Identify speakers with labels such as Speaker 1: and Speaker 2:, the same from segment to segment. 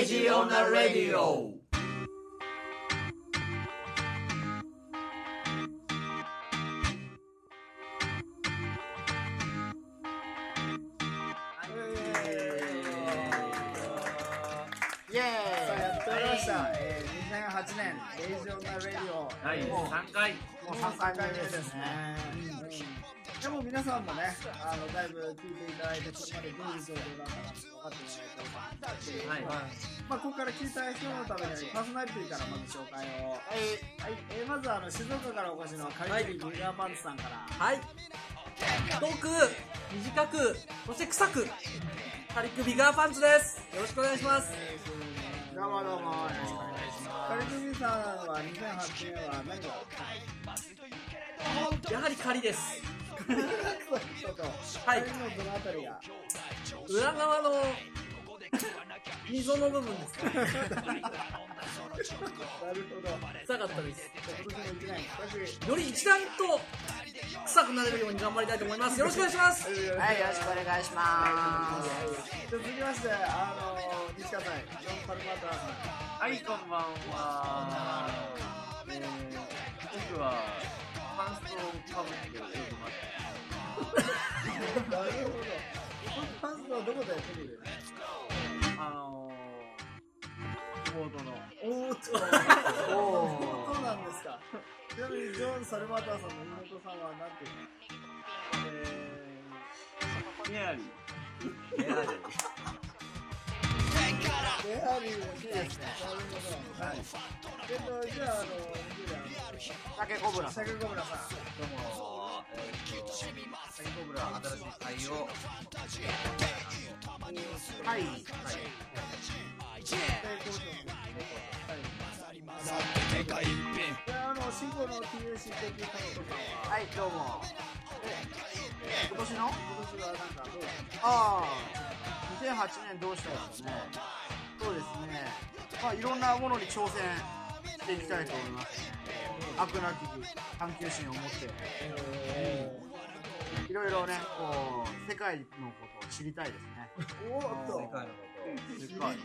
Speaker 1: イジーオナレディオ
Speaker 2: イエーイさあやっておりました、えー、2008年「レイジオンナレディオ」
Speaker 1: はい
Speaker 2: もう
Speaker 1: 3回
Speaker 2: もう3回目ですね、うんでも皆さんもねあのだいぶ聞いていただいてこれまでどういう状況だったか分かってもらえたりと
Speaker 1: はい
Speaker 2: まあ、ここから聞いた人のためにパーソナリティからまず紹介をはい、えーまずあの静岡からお越しのカリキリギガーパンツさんから、
Speaker 3: はい。太く、短く、そして臭く、軽くビガーパンツです。よろしくお願いします。
Speaker 2: どうもどうもよろしくお願いしますカリキリさんは2008年は何を
Speaker 3: やはり仮です。
Speaker 2: はい。二人のどのあたりが。
Speaker 3: 裏側の溝の部分ですかね。
Speaker 2: なるほど。
Speaker 3: 臭かったです。
Speaker 2: 今年も一年、私
Speaker 3: より一段と臭くなれるように頑張りたいと思います。よろしくお願いします。
Speaker 4: はい、よろしくお願いし
Speaker 2: じ
Speaker 4: ま
Speaker 2: ゃあ続きまして、あの西川さん、ジョン・パルマータさ
Speaker 1: はいこんばんは、えー、僕はパンストをかぶってよく待って
Speaker 2: ん。なるほど。パンスはどこでやってくる
Speaker 1: ますあのー、妹の
Speaker 2: おーっと。
Speaker 4: す。お
Speaker 2: そうなんですか。ちなみに、ジョン・サルマータさんの妹さんは何ていう
Speaker 1: えー、メアリー
Speaker 2: のレハリーの人ですね。なるほど。はい。えっと、じゃあ、あの、西
Speaker 4: 竹コブラ
Speaker 2: 川
Speaker 4: さ
Speaker 2: さん、
Speaker 4: ん。
Speaker 2: シャケコブラさん。
Speaker 5: どうも、えー、と、サイコブラ新しい会を、
Speaker 4: はい。
Speaker 2: はい、であのシンゴの TUC 的なことかは
Speaker 4: はい、どうも。今年の
Speaker 2: 今年はなんかどうです
Speaker 4: ああ、2008年どうしたんですかね。そうですね。まあ、いろんなものに挑戦していきたいと思いますね。飽くなき探求心を持って、いろいろね、こう、世界のことを知りたいですね。
Speaker 2: おーっと
Speaker 5: 世界のこ
Speaker 2: 知りたい知り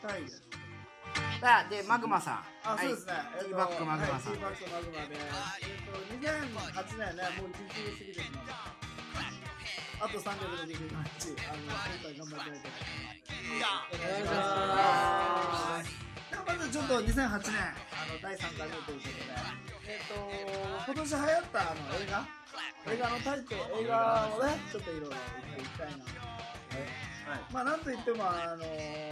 Speaker 2: たいです
Speaker 4: さあ、で、マグマさん。
Speaker 2: あ、
Speaker 4: はい
Speaker 2: そうですね。えっと
Speaker 4: ティーバックマグマさん
Speaker 2: はいティーバックマグマで、えっと、2008年ね、もう1日過ぎてしまった。あと365日、あの、今回頑張っていただきたいと思います。お願いします。ではまずちょっと2008年、あの、第3回目ということで、えっと、今年流行ったあの映画、映画のタイトル、映画をね、ちょっといろいろ言っていきたいなと思います。
Speaker 1: はい
Speaker 2: まあ、なんといっても、あの、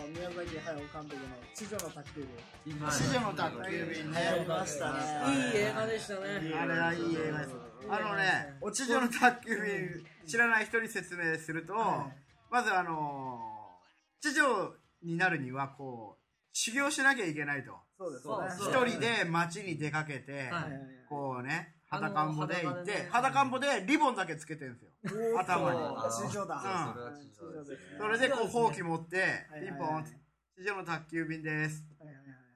Speaker 2: 宮崎駿監督の地上の卓球部。
Speaker 1: 今
Speaker 4: 四女の宅急便ね。
Speaker 2: やりましたね
Speaker 3: いい映画でしたね。
Speaker 4: あれはいい映画です。あのね、お地上の宅急便、知らない人に説明すると、まずあのー、地上になるには、こう、修行しなきゃいけないと。
Speaker 2: そうです
Speaker 3: そう
Speaker 2: ね。
Speaker 3: そう
Speaker 4: 一人で街に出かけて、
Speaker 3: はい
Speaker 4: こうね、
Speaker 3: あの
Speaker 4: 裸んぼで行っ
Speaker 3: 裸で
Speaker 4: て
Speaker 3: ね、
Speaker 4: 裸んぼでリボンだけつけてるんですよ。
Speaker 2: おー
Speaker 4: 頭に
Speaker 2: そう地上だ。
Speaker 4: うん
Speaker 5: それは地上ですね
Speaker 4: それでこう、ほうき持って、
Speaker 2: はい
Speaker 4: ピンポンって、地上の宅急便です。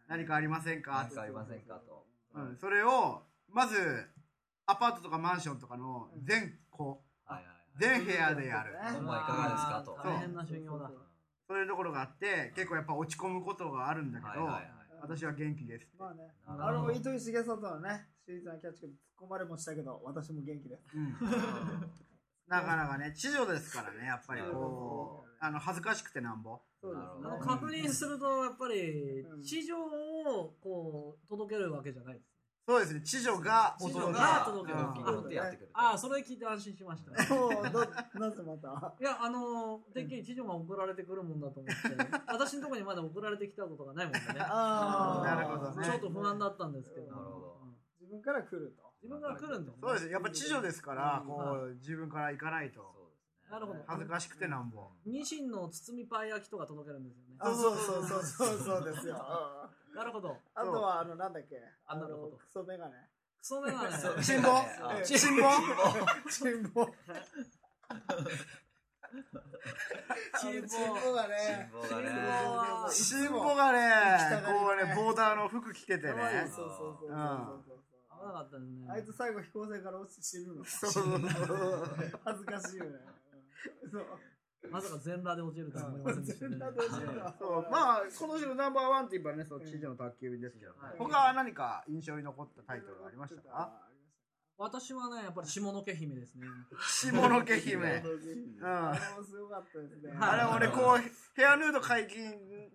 Speaker 4: 何かありません
Speaker 5: と、
Speaker 4: か
Speaker 5: 何かありませんかと。
Speaker 4: うん、それを、まず、アパートとかマンションとかの全、こ
Speaker 5: はいは
Speaker 4: う、全部屋でやる。
Speaker 5: い。お前いかがですかと。
Speaker 3: 大変な修行だ。
Speaker 4: そういうところがあって、結構やっぱ落ち込むことがあるんだけ
Speaker 5: はい
Speaker 4: ど、
Speaker 5: はいはい。
Speaker 4: 私は元気です。
Speaker 2: まあね、
Speaker 5: な
Speaker 2: あ
Speaker 5: るほ
Speaker 2: の
Speaker 5: ど
Speaker 2: 糸井重里のね、シリーズのキャッチコピー突っ込まれもしたけど、私も元気です。
Speaker 4: うん、なかなかね、地上ですからね、やっぱりこう、あの、恥ずかしくてなんぼ。
Speaker 2: そうです
Speaker 3: あ
Speaker 2: ね
Speaker 3: の。確認すると、やっぱり、地上をこう、届けるわけじゃないです。
Speaker 4: そうですね、地上が
Speaker 3: 地
Speaker 4: 音
Speaker 3: 上
Speaker 4: が
Speaker 3: が、届ける
Speaker 5: 動きに乗ってやってくる。
Speaker 3: ああ、それ聞いて安心しました。
Speaker 2: そう、どなぜまた。
Speaker 3: いや、あのー、てっきり知女が送られてくるもんだと思って、私のところにまだ送られてきたことがないもんでね。
Speaker 2: あー
Speaker 4: なるほどね
Speaker 3: ちょっと不安だったんですけど。
Speaker 5: なるほど
Speaker 3: うん
Speaker 2: 自分から来ると。
Speaker 3: 自分が来るんだ
Speaker 4: そうです
Speaker 3: ね。
Speaker 4: ね、やっぱ地上ですから、こう、自分から行かないと、
Speaker 5: そうですね。
Speaker 3: なるほど。
Speaker 4: 恥ずかしくてなんぼ。
Speaker 3: ニシンの包みパイ焼きとか届けるんですよね。
Speaker 2: あ、そうそうそうそうそうですよ。うん
Speaker 3: なるほど。
Speaker 2: あとは、あの、なんだっけ、あ
Speaker 3: あ
Speaker 2: の
Speaker 3: なるほど、
Speaker 2: クソメガネ。
Speaker 3: クソメガネ。
Speaker 5: そう
Speaker 4: 辛抱
Speaker 5: あ
Speaker 2: ち
Speaker 4: 辛抱
Speaker 2: チンボ。チンボが
Speaker 5: 辛
Speaker 2: ね、
Speaker 5: 抱
Speaker 3: 辛
Speaker 5: がね。
Speaker 3: 抱は
Speaker 4: 辛抱がね
Speaker 2: き、たがりね
Speaker 4: こうね、ボーダーの服着ててね。
Speaker 2: そうそうそうそうそう
Speaker 3: 危なかったですね。
Speaker 2: あいつ最後 飛行船から落ちて死ぬの。
Speaker 4: そうそうそう。
Speaker 2: 恥ずかしいよね。うんそう。
Speaker 3: まさか全裸で落ちるとは思いませんでしたね。
Speaker 4: そうまあ今年のナンバーワンといえばねその知事の宅急便ですけど、
Speaker 2: はい
Speaker 4: 他は何か印象に残ったタイトルはありましたか
Speaker 3: 私はね、やっぱり下野家姫ですね。
Speaker 4: 下野家姫、
Speaker 2: あ
Speaker 4: うん、あ
Speaker 2: れもすごかったですね。
Speaker 3: はい
Speaker 4: れ俺こうヘアヌード解禁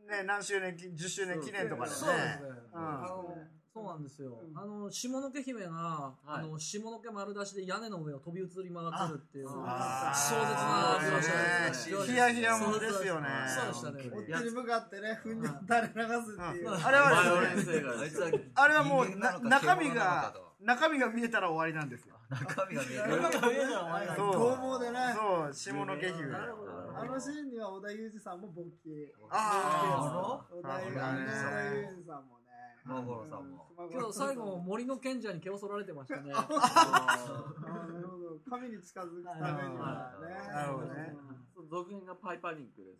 Speaker 4: ね何周年記10周年記念とかでね
Speaker 3: そうですね。
Speaker 4: う
Speaker 3: あ
Speaker 4: ん
Speaker 3: のそうなんですよ。
Speaker 2: うん
Speaker 3: あの、下野家姫が、あの、下野家丸出しで屋根の上を飛び移り曲がってるっていう、壮絶
Speaker 4: あ
Speaker 3: な
Speaker 4: ー
Speaker 3: 姿ですね
Speaker 4: ねヒヤヒヤもんですよね
Speaker 3: そうでしたね。
Speaker 2: 夫。夫に向かってね、ふんに垂れ流すっていう。
Speaker 4: あれ
Speaker 5: 前
Speaker 4: は
Speaker 5: 俺
Speaker 4: で
Speaker 5: の
Speaker 4: すね
Speaker 5: せいがあいつは
Speaker 4: あれはもう
Speaker 5: 人間な
Speaker 4: な
Speaker 5: のか
Speaker 4: 中身
Speaker 5: 獣なのか
Speaker 4: が
Speaker 5: と
Speaker 4: 中身が見えたら終わりなんですよ
Speaker 5: 中身が見え
Speaker 3: 中身
Speaker 5: る
Speaker 3: が見えたらお前が
Speaker 4: そう
Speaker 2: どう猛でね。
Speaker 4: そう下野家姫
Speaker 3: なるほど
Speaker 2: あのシーンには織田裕二さんも勃起。
Speaker 4: あ
Speaker 2: 織田裕二
Speaker 4: あ
Speaker 2: さ
Speaker 4: ー
Speaker 2: んも
Speaker 4: ね
Speaker 2: ね。
Speaker 5: マゴロさ んも
Speaker 2: うん
Speaker 3: けど最後、森の賢者に毛を剃られてましたね。
Speaker 2: あーなるほど。神に近づくためにはね。
Speaker 4: なるほどね
Speaker 1: 続編がパイパニックで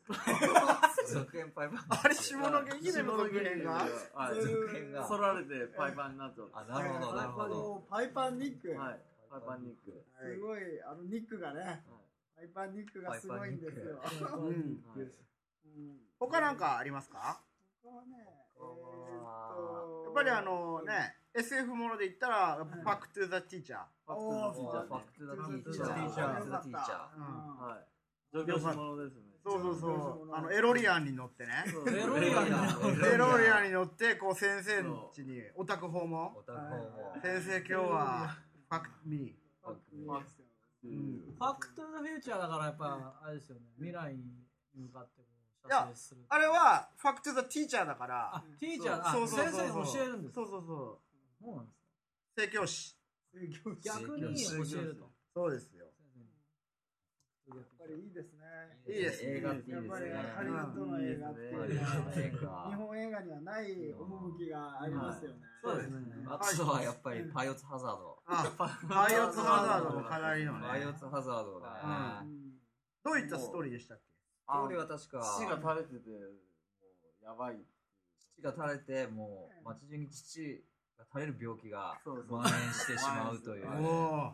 Speaker 1: す。
Speaker 5: 続編パイパン
Speaker 4: ああれ下野家姫の続編が
Speaker 1: は
Speaker 2: そう
Speaker 1: い。
Speaker 2: いう
Speaker 5: 続編が
Speaker 1: 剃られてパイパンになっちゃった。
Speaker 5: あなるほどなるほど
Speaker 2: もうパイパンニック。
Speaker 1: はい。パイパンニック。
Speaker 2: すごい、あのニックがね。パイパンニックがすごいんですよ。
Speaker 4: うん
Speaker 1: はい
Speaker 2: うん
Speaker 4: 他なんかありますか
Speaker 2: ここはね、え
Speaker 4: や
Speaker 2: ー
Speaker 4: っぱりあのね SF もので言ったら「バック・トゥ・ザ・ティーチャー
Speaker 1: ファ
Speaker 2: おー
Speaker 1: クトゥザ
Speaker 5: ファクトゥザティーチャー
Speaker 1: ファクトゥザティーチ
Speaker 5: ファクトゥザティーチ
Speaker 1: ャー
Speaker 2: うん
Speaker 5: ャー」
Speaker 1: はい。上京し者ですね。」
Speaker 4: そうそうそうあのエロリアンに乗ってね
Speaker 1: そう
Speaker 3: エロリアンだ
Speaker 5: エ
Speaker 4: エロリアンに乗ってこう先生の家にオタク訪問
Speaker 5: オタク訪問
Speaker 4: 先生今日はファクミ
Speaker 2: パックいいですよ
Speaker 1: う
Speaker 4: うん
Speaker 1: ん
Speaker 3: ファクトゥーザフューチャーだからやっぱ、あれですよね。未来に向かってこう、
Speaker 4: いや
Speaker 3: 射精する。
Speaker 4: あれはファクトゥ・ザ・ティーチャーだか
Speaker 3: あ
Speaker 4: ら、
Speaker 3: ティーチャー、あ
Speaker 4: そうそうそう
Speaker 3: 先
Speaker 4: そう
Speaker 3: 生に教えるんです
Speaker 4: そうそうそう
Speaker 3: そうなんです
Speaker 4: 正教師
Speaker 2: そういう教師。やっ
Speaker 3: か逆に教えると。
Speaker 4: そうですよ
Speaker 2: ぱりいいですね。
Speaker 4: いいですね
Speaker 5: 映画っていい
Speaker 2: やっ
Speaker 5: で
Speaker 2: ぱ
Speaker 5: す
Speaker 2: り
Speaker 5: ね
Speaker 2: ハリウッドの映画っていうのはね日本映画にはない趣がありますよね。
Speaker 4: そうですね
Speaker 5: あとはやっぱりパイオツハザード
Speaker 4: あパイオツ・ハザードの課題の
Speaker 5: パイオ
Speaker 4: ね
Speaker 5: ツハザード
Speaker 2: う
Speaker 5: だね
Speaker 2: ん
Speaker 4: どういったストーリーでしたっけ
Speaker 5: あ俺は確か
Speaker 1: 父が垂れてて、もうやばい。
Speaker 5: 父が垂れてもう街中に父が垂れる病気が
Speaker 1: そうそう
Speaker 5: 蔓延してしまうとい
Speaker 4: お
Speaker 5: う
Speaker 1: は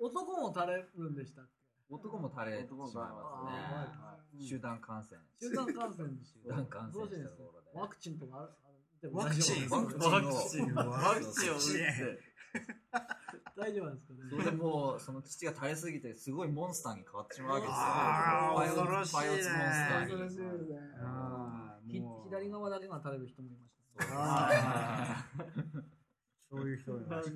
Speaker 4: お
Speaker 3: 男も垂れるんでしたっ
Speaker 5: 男も垂れてしまい
Speaker 1: 男も
Speaker 5: ま
Speaker 1: 垂れ
Speaker 5: すね
Speaker 1: ま
Speaker 4: ー
Speaker 5: 集団感染
Speaker 3: け集団感染でし
Speaker 5: 集団感染
Speaker 3: どうし
Speaker 5: し
Speaker 3: て
Speaker 5: た
Speaker 3: です
Speaker 5: と
Speaker 3: か
Speaker 5: ころで
Speaker 3: ワクチンとかあるでも
Speaker 5: ワクチン
Speaker 3: 同
Speaker 5: ワ
Speaker 3: じよう
Speaker 5: ク
Speaker 3: な
Speaker 5: チンを
Speaker 1: ワクチンを打って、
Speaker 3: 大丈夫なんですかね
Speaker 5: それでもうその父が垂れすぎてすごいモンスターに変わってしまうわけですよ
Speaker 4: あー
Speaker 5: パイオツ
Speaker 4: 恐ろしいね
Speaker 5: パイオツモンスター
Speaker 2: 恐
Speaker 5: に
Speaker 2: ろしいですね。
Speaker 4: あー
Speaker 3: ひ
Speaker 4: もう
Speaker 3: 左側だけが垂れる人もいましたね
Speaker 4: あーそういう人もいまし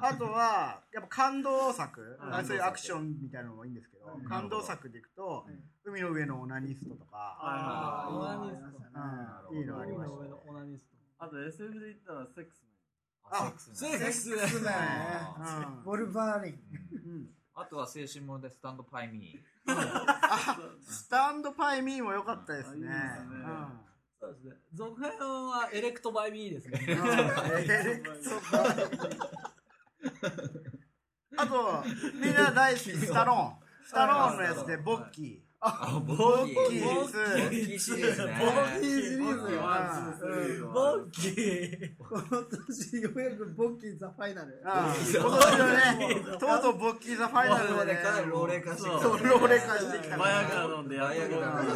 Speaker 4: たあとは、やっぱ感動作、
Speaker 1: うん
Speaker 4: あそういうアクションみたいなのもいいんですけど、
Speaker 2: うん
Speaker 4: 感動作でいくと、海の上のオナニストとか、
Speaker 1: あ
Speaker 3: ー
Speaker 2: あー
Speaker 3: オナニスト
Speaker 5: なるほ
Speaker 4: う
Speaker 5: ど
Speaker 4: ん、いいのあり
Speaker 3: 海
Speaker 4: まし
Speaker 3: の
Speaker 4: た
Speaker 3: 上
Speaker 4: ね。
Speaker 3: のオナニスト
Speaker 1: あと SF で言ったらセックス
Speaker 5: あセックスね
Speaker 3: セックス
Speaker 2: ね
Speaker 4: うん
Speaker 2: ボルバーリン。
Speaker 4: うん
Speaker 5: あとは青春ものでスタンドパイミ
Speaker 4: スタンドパイミーも良かったですね。
Speaker 1: あいいですね
Speaker 3: そうですね続編はエレクトバイビーです
Speaker 4: う
Speaker 3: ね
Speaker 4: んうんエレクトパイミーあと、みんな大好き、スタローン。スタローンのやつで、ボッキー。
Speaker 5: ーあボッ
Speaker 4: ボッキー
Speaker 5: ボ
Speaker 4: 2。
Speaker 5: ッキーシリーズね
Speaker 2: いいシリーズよ。
Speaker 1: ワン、ツー、スリー
Speaker 3: ボッキー
Speaker 2: 今年ようやくボッキーザファイナル。
Speaker 4: ああ
Speaker 5: ボッキー
Speaker 4: 今年のね、とうとうボッキーザファイナル
Speaker 5: もう
Speaker 4: で
Speaker 5: ね
Speaker 4: ね、
Speaker 5: かなり老齢化してきた
Speaker 4: そう老齢化してきた
Speaker 1: マヤガ飲んでや
Speaker 5: 舞い上げたので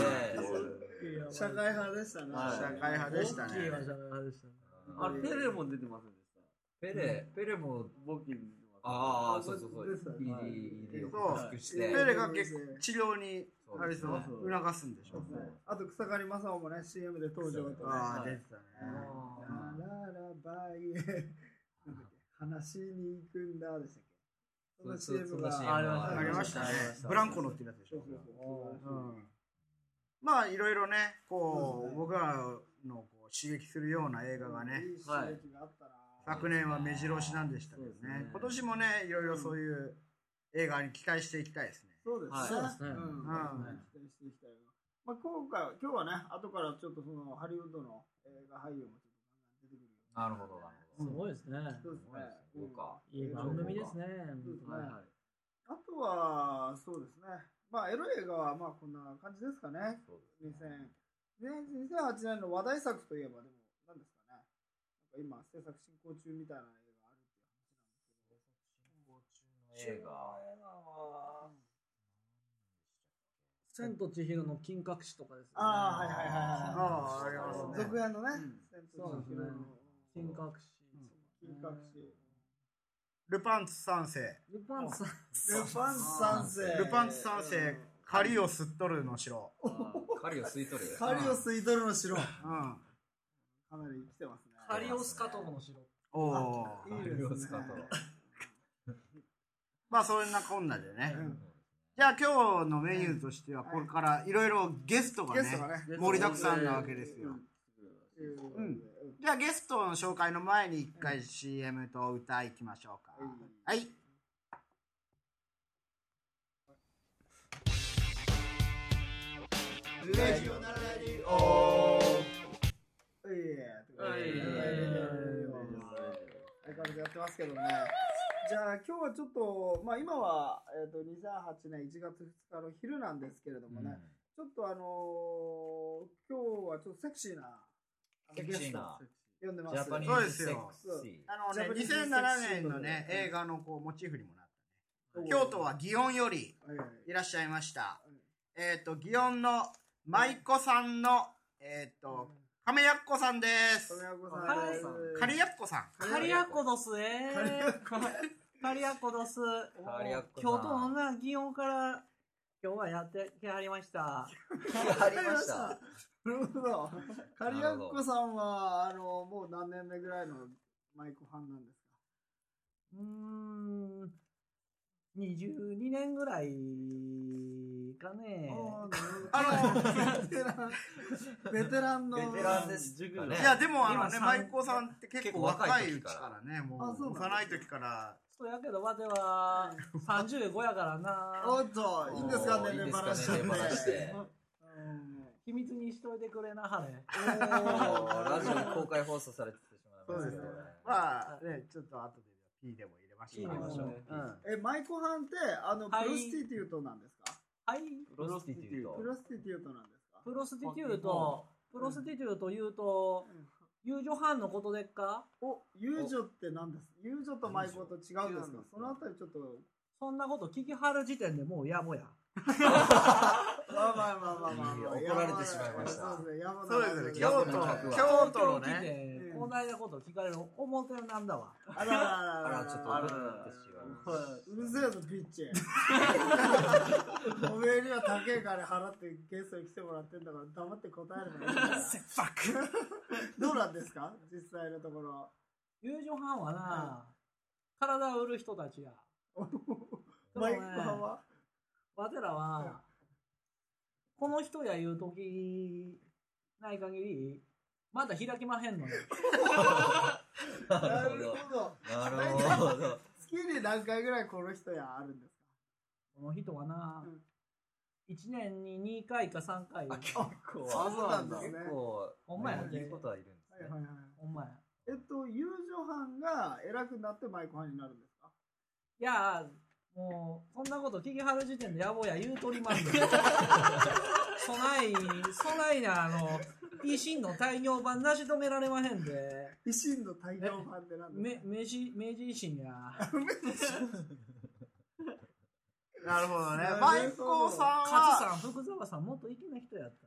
Speaker 2: 社会派でしたね。
Speaker 1: はい
Speaker 4: 社会派でした
Speaker 3: ボッキーは
Speaker 4: ね。
Speaker 3: 社会派でしたね
Speaker 1: あれ、ペレも出てませんでした。
Speaker 5: ペレペレも
Speaker 1: ボキに出てま
Speaker 5: ああそうそうそう
Speaker 2: です
Speaker 5: ED
Speaker 2: ね
Speaker 5: ED を克服し
Speaker 4: ペ
Speaker 5: て
Speaker 4: レが結構治療に、
Speaker 5: そう
Speaker 4: あれそう、促すんでしょ。
Speaker 2: あと草刈正雄もね、CM で登場とね。
Speaker 4: ああ、出てたね。
Speaker 2: ララバイエ。話に行くんだでしたっけその CM が。
Speaker 5: ありま
Speaker 4: ありましたね。ブランコ乗ってるやつでし
Speaker 2: そう
Speaker 4: ょ
Speaker 2: そ。うそう
Speaker 4: うんまあ、いろいろね、こ
Speaker 2: そうです
Speaker 4: う、
Speaker 2: ね
Speaker 4: 僕らのこう刺激するような映画がね、
Speaker 2: いい刺激があったな。
Speaker 4: 昨年は目白押しなんでしたけどね
Speaker 1: そうですね
Speaker 4: 今年もねいろいろそういう映画に期待していきたいですね、
Speaker 2: そうですね。
Speaker 1: はい
Speaker 3: そうですね
Speaker 2: うん。期待していきたいな。まあ今回は今日はね、後からちょっとそのハリウッドの映画俳優もちょっと出てくるよ。
Speaker 5: なるほどなるほ
Speaker 3: すごいですね
Speaker 2: そうですね。
Speaker 5: そうか
Speaker 3: いい番組ですね
Speaker 1: す。はいはい。
Speaker 2: あとは、そうですね。まあ、エロ映画は、まあ、こんな感じですかね。
Speaker 5: どそう
Speaker 2: 2000 2008年の話題作といえば、でも、何ですかね。なんか今、制作進行中みたいな映画ある
Speaker 5: 映
Speaker 2: ってい
Speaker 5: 画
Speaker 2: う話なんですけど。
Speaker 3: 千と千尋の金隠しとかですね。
Speaker 2: ああ、はいはいはいはい。
Speaker 4: ああ、ありますね
Speaker 2: 続。編のね、
Speaker 3: そうですね金隠し。
Speaker 2: 金閣寺
Speaker 4: ルパンツ三世。
Speaker 3: ルパンさん。
Speaker 2: ルパン三世。
Speaker 4: ルパンツ三世、狩りをすっとるの城。
Speaker 5: 狩りを吸い取る
Speaker 2: 狩りを吸い取るの城。か
Speaker 4: うん。
Speaker 2: なり来てますね。
Speaker 3: カリオスカトロの城。
Speaker 4: おお。
Speaker 2: いいで
Speaker 5: 狩
Speaker 2: す
Speaker 5: り
Speaker 2: ね
Speaker 5: を使うと
Speaker 4: まあ、そんなこんなでね。
Speaker 2: うん
Speaker 4: じゃあ今日のメニューとしては、これからいろいろゲストが
Speaker 2: ゲ
Speaker 4: ね
Speaker 2: ストがね、
Speaker 4: 盛りだくさんなわけですよ。
Speaker 2: うん
Speaker 4: うんじゃあゲストの紹介の前に一回 CM と歌いきましょうか。はい。
Speaker 2: レジオナラジオいえいえ相変わらずやってますけどねじゃあ今日はちょっとまあ今は、えー、と2008年1月2日の昼なんですけれどもね、ちょっとあのー今日はちょっとセクシーな
Speaker 5: セクシーな
Speaker 2: 読んでま
Speaker 5: ジ
Speaker 2: す
Speaker 5: ャパニ
Speaker 4: そう
Speaker 5: ー
Speaker 4: で
Speaker 5: ズ
Speaker 4: す
Speaker 5: セ
Speaker 4: よ
Speaker 5: クシ
Speaker 4: あのね、
Speaker 2: ジャパニーズ
Speaker 4: 2007年のね、
Speaker 2: セクシーの
Speaker 4: 映画のこうモチーフにもなったね。京都は祇園より
Speaker 2: はいはい
Speaker 4: いらっしゃいました
Speaker 2: うん。
Speaker 4: えっ、と、祇園の舞妓さんの、えっ、と、亀やっこさんです。
Speaker 2: 富山子さんです
Speaker 4: 亀やっこさん。
Speaker 3: カリアコドスえカリアコドス。
Speaker 5: ー狩りやっこさん
Speaker 3: 京都のな、祇園から、今日はやってきはりました。
Speaker 5: ありました
Speaker 2: なるほど。カリアッコさんは、あの、もう何年目ぐらいのマイコファンなんです
Speaker 3: うーん、22年ぐらいかね
Speaker 2: か。
Speaker 4: あの、
Speaker 2: の、ベテランの。
Speaker 5: ベテランです
Speaker 2: 塾
Speaker 5: ね
Speaker 4: いや、でもあの
Speaker 3: 今
Speaker 4: ね、
Speaker 3: さん
Speaker 4: 舞妓さんって結構若いうち
Speaker 5: 結構
Speaker 4: か
Speaker 5: 若
Speaker 4: らね、も
Speaker 2: あそう
Speaker 4: う
Speaker 2: なんだ
Speaker 4: 幼い時から、
Speaker 3: そうやけど、わては35やからな。
Speaker 2: おっと、いいんですか
Speaker 5: おー
Speaker 2: ね、
Speaker 5: いい
Speaker 2: ネ
Speaker 5: で
Speaker 2: バラし
Speaker 5: す
Speaker 2: ち
Speaker 5: か
Speaker 2: ゃっ
Speaker 5: ね
Speaker 2: て。
Speaker 5: ネバラして
Speaker 2: うん
Speaker 3: 秘密にしといてくれなはれ。
Speaker 5: もうラジオ公開放送されててしまいますけどね
Speaker 4: まあね、ちょっと後で P でも入れまし
Speaker 3: P
Speaker 4: ょう。
Speaker 3: 入れましょう
Speaker 4: うん
Speaker 2: え、マイコハンって、あの、プ
Speaker 3: はい
Speaker 2: ロスティテュートなんですか
Speaker 3: はい。
Speaker 5: プロスティテュー
Speaker 2: プ
Speaker 5: ト
Speaker 2: ロスティテュートなんですか
Speaker 3: プロスティテュート、プロスティテュート言うと
Speaker 2: うん、
Speaker 3: 遊女犯のことでっか
Speaker 2: お、遊女って何です遊女とマイコと違うんですか
Speaker 5: 遊女
Speaker 2: そのあたりちょっと。
Speaker 3: そんなこと聞きはる時点でもうやぼや。
Speaker 2: まあまあまあまあまあまあ。
Speaker 5: いい怒られてしまいました
Speaker 2: そうですね、山田
Speaker 4: そうですね、京
Speaker 5: 山
Speaker 4: 都
Speaker 5: 田の客、
Speaker 4: 京
Speaker 5: は
Speaker 4: 都
Speaker 3: 東京
Speaker 4: の
Speaker 3: 来
Speaker 4: ね、
Speaker 3: て
Speaker 2: うん
Speaker 3: こないなこと聞かれる思ってるなんだわ。
Speaker 2: あらら
Speaker 5: あ
Speaker 2: らら
Speaker 5: らちょっと怒ってしまいました
Speaker 2: うるせえぞ、ピッ チ。おめえには高え金払ってゲストに来てもらってんだから黙って答えるの。セッどうなんですか実際のところ。
Speaker 3: 友情犯はな、体を売る人 たちや。でも
Speaker 2: マイ
Speaker 3: ね
Speaker 2: クは
Speaker 3: わてらは、この人や言うときない限り、まだ開きまへんのよ。
Speaker 5: な
Speaker 2: な
Speaker 5: る
Speaker 2: るほど。
Speaker 5: ほどなるほど
Speaker 2: 月に何回ぐらいこの人やあるんです
Speaker 3: この人はな
Speaker 2: うん、
Speaker 3: 1年に2回か3回。
Speaker 5: 構
Speaker 2: あそうなんだ
Speaker 5: 結構
Speaker 3: ほんまやね
Speaker 5: 言うことはいるんです
Speaker 2: か
Speaker 5: ね
Speaker 2: はいはいはい。
Speaker 3: お前。
Speaker 2: えっと、友情犯が偉くなってマイク犯になるんですか
Speaker 3: いやー、もう、そんなこと聞きはる時点で野暮や言うとりまんねん。 そない、そないな、あの、維新の大業版なし止められまへんで、
Speaker 2: 維新の大量版って何です
Speaker 3: め
Speaker 2: か、
Speaker 3: 明治、明治維新や。
Speaker 4: なるほどね
Speaker 2: なるほ。ど
Speaker 4: 舞妓さ
Speaker 3: 勝
Speaker 4: んは、
Speaker 3: さん、福沢さん、もっと粋な人やった。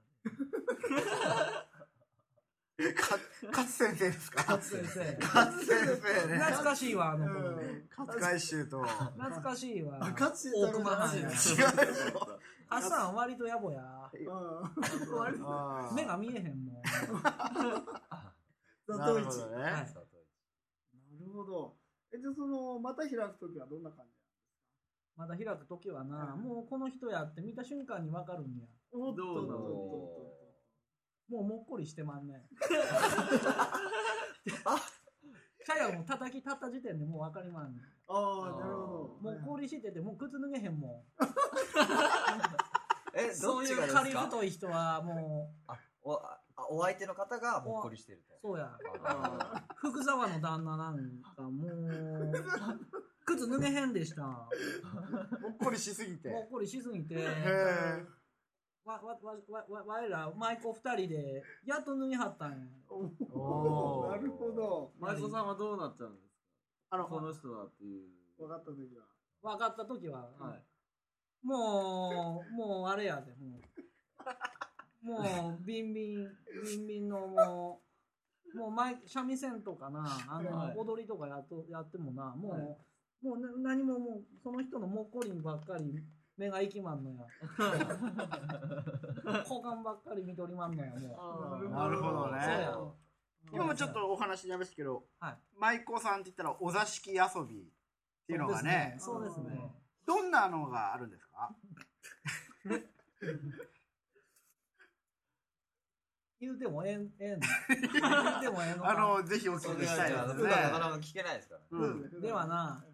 Speaker 4: か勝先生ですか
Speaker 3: 先生。
Speaker 4: 勝先生ね。
Speaker 3: 懐かしいわ、あの
Speaker 2: う
Speaker 3: 頃。
Speaker 2: ん。
Speaker 4: 勝海舟と、
Speaker 3: 懐かしいわ。
Speaker 2: あ勝つ
Speaker 3: 大熊藩や。
Speaker 2: 違う
Speaker 3: 勝さん、割と野暮や。
Speaker 2: うん。割と
Speaker 4: あー
Speaker 3: 目が見えへんもん。
Speaker 4: なる
Speaker 2: 一
Speaker 4: ほどね。
Speaker 3: はい
Speaker 5: 佐藤一
Speaker 2: なるほど。え、じゃあその、また開くときはどんな感じ
Speaker 3: まだ開く時はな、
Speaker 2: うん
Speaker 3: もうこの人やって見た瞬間にわかるんや。
Speaker 2: おっと
Speaker 1: ど
Speaker 2: っ
Speaker 1: う
Speaker 2: とっ
Speaker 1: ぞ
Speaker 2: と
Speaker 3: もうもっこりしてまんねん。シャヤも叩き立った時点でもう分かりまんね
Speaker 2: っと。ああ、なるほ
Speaker 3: ん。も
Speaker 2: ど。
Speaker 3: う氷しててもう靴脱げへんも
Speaker 5: え
Speaker 3: ん。
Speaker 5: ど
Speaker 3: そ
Speaker 5: っ
Speaker 3: う
Speaker 5: ち
Speaker 3: い
Speaker 5: が
Speaker 3: う
Speaker 5: ですか
Speaker 3: 仮太い人はも
Speaker 5: あおあお相手の方がもっこりして
Speaker 3: う、
Speaker 5: る
Speaker 3: そうや。
Speaker 5: と
Speaker 2: あ
Speaker 3: 福沢の旦那なんかもう、靴脱げへんでした。も
Speaker 4: ほっこりしすぎて。
Speaker 3: っこりしすぎて、
Speaker 4: へ
Speaker 3: わ、わ、わ、わ、わ、わいら、舞妓二人で、やっと脱ぎはったんや。
Speaker 2: お
Speaker 4: お
Speaker 2: お
Speaker 4: ー
Speaker 2: なるほど。
Speaker 1: 舞妓さんはどうなっちゃうんです
Speaker 2: あ
Speaker 1: かこ
Speaker 2: の、
Speaker 1: の人だっていう。
Speaker 2: 分かったときは。
Speaker 3: 分かった時は、
Speaker 1: はい。
Speaker 3: もう、もうあれやで、もう、もう、ビンビン、ビンビンのもう、もう前、三味線とかな、あの、
Speaker 1: はい
Speaker 3: 踊りとかやっとやってもな、もう、
Speaker 1: はい
Speaker 3: もうな何ももう、その人のもっこりんばっかり、目がいきまんのや。股間ばっかり緑まんのや、も
Speaker 4: なるほど
Speaker 3: う。
Speaker 4: ね
Speaker 3: そうや。
Speaker 4: 今もちょっとお話になりましたけど、
Speaker 3: はい
Speaker 4: 舞妓さんって言ったらお座敷遊びっていうのがね
Speaker 3: そうですね。
Speaker 4: どんなのがあるんですか
Speaker 3: 言うてもええん、ええん。言うてもええのか。
Speaker 4: あのぜひお
Speaker 5: そ
Speaker 4: 聞
Speaker 5: れ
Speaker 4: きし
Speaker 5: は
Speaker 4: たい
Speaker 5: じ
Speaker 4: で
Speaker 5: ゃあ
Speaker 4: す
Speaker 5: 普
Speaker 4: ね
Speaker 5: 段なかなか聞けないですからね。
Speaker 4: うん
Speaker 3: ではな、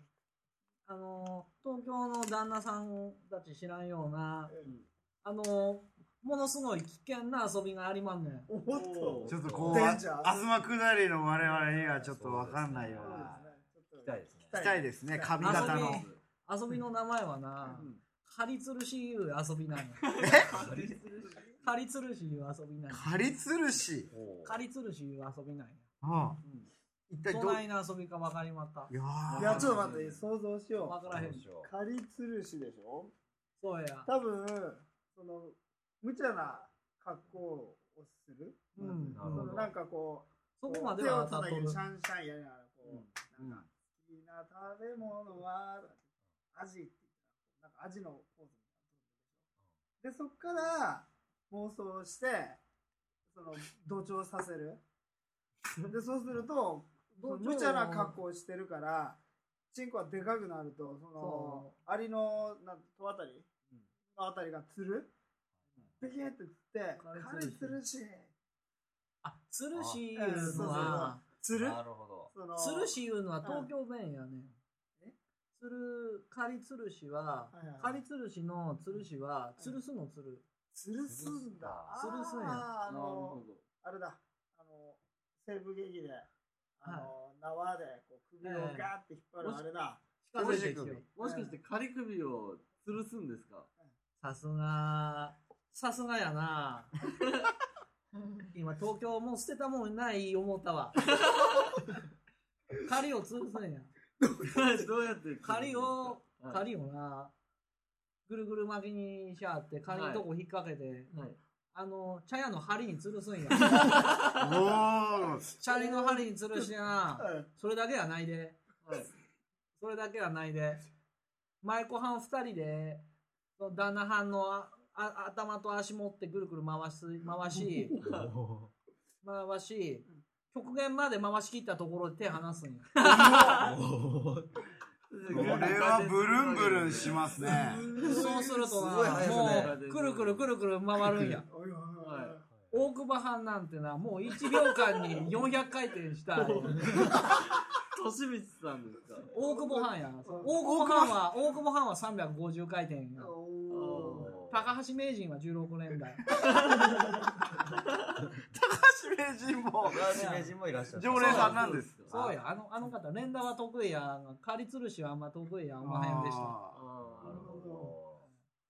Speaker 3: あの、東京の旦那さんたち知らんような、あの、ものすごい危険な遊びがありまんねん。
Speaker 2: おっと
Speaker 4: ちょっとこう
Speaker 2: デ
Speaker 4: あ
Speaker 2: ンジャー
Speaker 4: 東下りの我々にはちょっと分かんないような
Speaker 2: そうですねちょっと
Speaker 5: 聞きたいですね。
Speaker 4: 聞きたいですね髪型
Speaker 3: 遊
Speaker 4: の
Speaker 3: び遊びの名前はな、ハリツルシいう遊びなの。ハリツルシいう遊びなの。
Speaker 4: 刈りつるし
Speaker 3: ハリツルシいう遊びなんや。
Speaker 4: ああ一体ど
Speaker 3: ど
Speaker 4: う
Speaker 3: ないな遊びかわかりまった。
Speaker 4: いや
Speaker 2: い
Speaker 4: ー
Speaker 2: やちょっと待って想像し
Speaker 3: わ
Speaker 2: よ
Speaker 3: からへん。
Speaker 2: うカリつるしでしょ
Speaker 3: そうや。
Speaker 2: 多分その無茶な格好をする
Speaker 3: うん
Speaker 2: まずそ
Speaker 5: なるほ
Speaker 2: の
Speaker 5: ど
Speaker 2: なんかこう
Speaker 3: そこまでは
Speaker 2: 手を
Speaker 3: た
Speaker 2: つな
Speaker 3: と
Speaker 2: げ
Speaker 3: る
Speaker 2: てシ。ャンシャンやりながらこう、
Speaker 4: うん
Speaker 2: なんか好きな食べ物はアジって言ったらなんかアジのポーズみたいなの撮るでしょでそっから妄想してその同調させ るでそうするとその
Speaker 3: 同調
Speaker 2: 無茶な格好をしてるからチンコはでかくなるとその
Speaker 3: そ
Speaker 2: アリのなん戸あたりのあたりがつるできへってつって「彼
Speaker 3: 彼
Speaker 2: つ
Speaker 3: つ
Speaker 2: る
Speaker 3: る
Speaker 2: し
Speaker 3: あ、つるしいうのは、
Speaker 2: つる
Speaker 5: なるほど。
Speaker 2: その
Speaker 3: つるしいうのは東京弁やね。つる、かりつるしは
Speaker 2: はいはい、
Speaker 3: かりつるしのつるしは、つるすのつる。
Speaker 2: 吊るすんだ。
Speaker 3: 吊るすんや
Speaker 2: あーあ
Speaker 1: なるほ
Speaker 2: の、あれだ。あの、西部劇で、あの、縄で、こう、首を
Speaker 3: ええ
Speaker 2: ガーって引っ張るあれだ。
Speaker 3: 近づいてきてる。
Speaker 1: ど。もしかして仮首を吊るすんですか
Speaker 3: さすが、さすがやな。今、東京もう捨てたもんない思った わ。仮を吊るすんや。
Speaker 1: どうやって
Speaker 3: 仮を、
Speaker 1: はい
Speaker 3: 仮をな、ぐるぐる巻きにしちゃって、仮のとこ引っ掛けて、
Speaker 1: はい。
Speaker 3: あの、茶屋の針に吊るすんや。
Speaker 4: おー
Speaker 3: 茶屋の針に吊るしてな。
Speaker 2: うん
Speaker 3: それだけはないで。それだけはないで。舞妓はん二人で、その旦那はんのああ頭と足持ってぐるぐる回す、回 し、回し、極限まで回し切ったところで手離 すんや。
Speaker 4: これはブルンブルンしますね
Speaker 3: そうするとな、
Speaker 5: すごい速
Speaker 3: も
Speaker 5: さ
Speaker 1: ね
Speaker 3: う、くるくるくるくる回るんや。
Speaker 2: おいおいおい
Speaker 1: はい
Speaker 3: 大久保藩なんてな、もう1秒間に400回転 したい。
Speaker 1: としみつさんですか
Speaker 3: 大久保藩や。大久保藩は、大久保藩は350回転や。
Speaker 2: おー
Speaker 3: 高橋名人は16年 代。
Speaker 4: 指名人も
Speaker 5: 高橋名人もいらっしゃる。
Speaker 4: 常連さんなんです
Speaker 3: そうや、あの、あの方、連打は得意や、カリツルシはあんま得意や、おまへんでした。
Speaker 4: あ
Speaker 1: あ
Speaker 5: なるほど。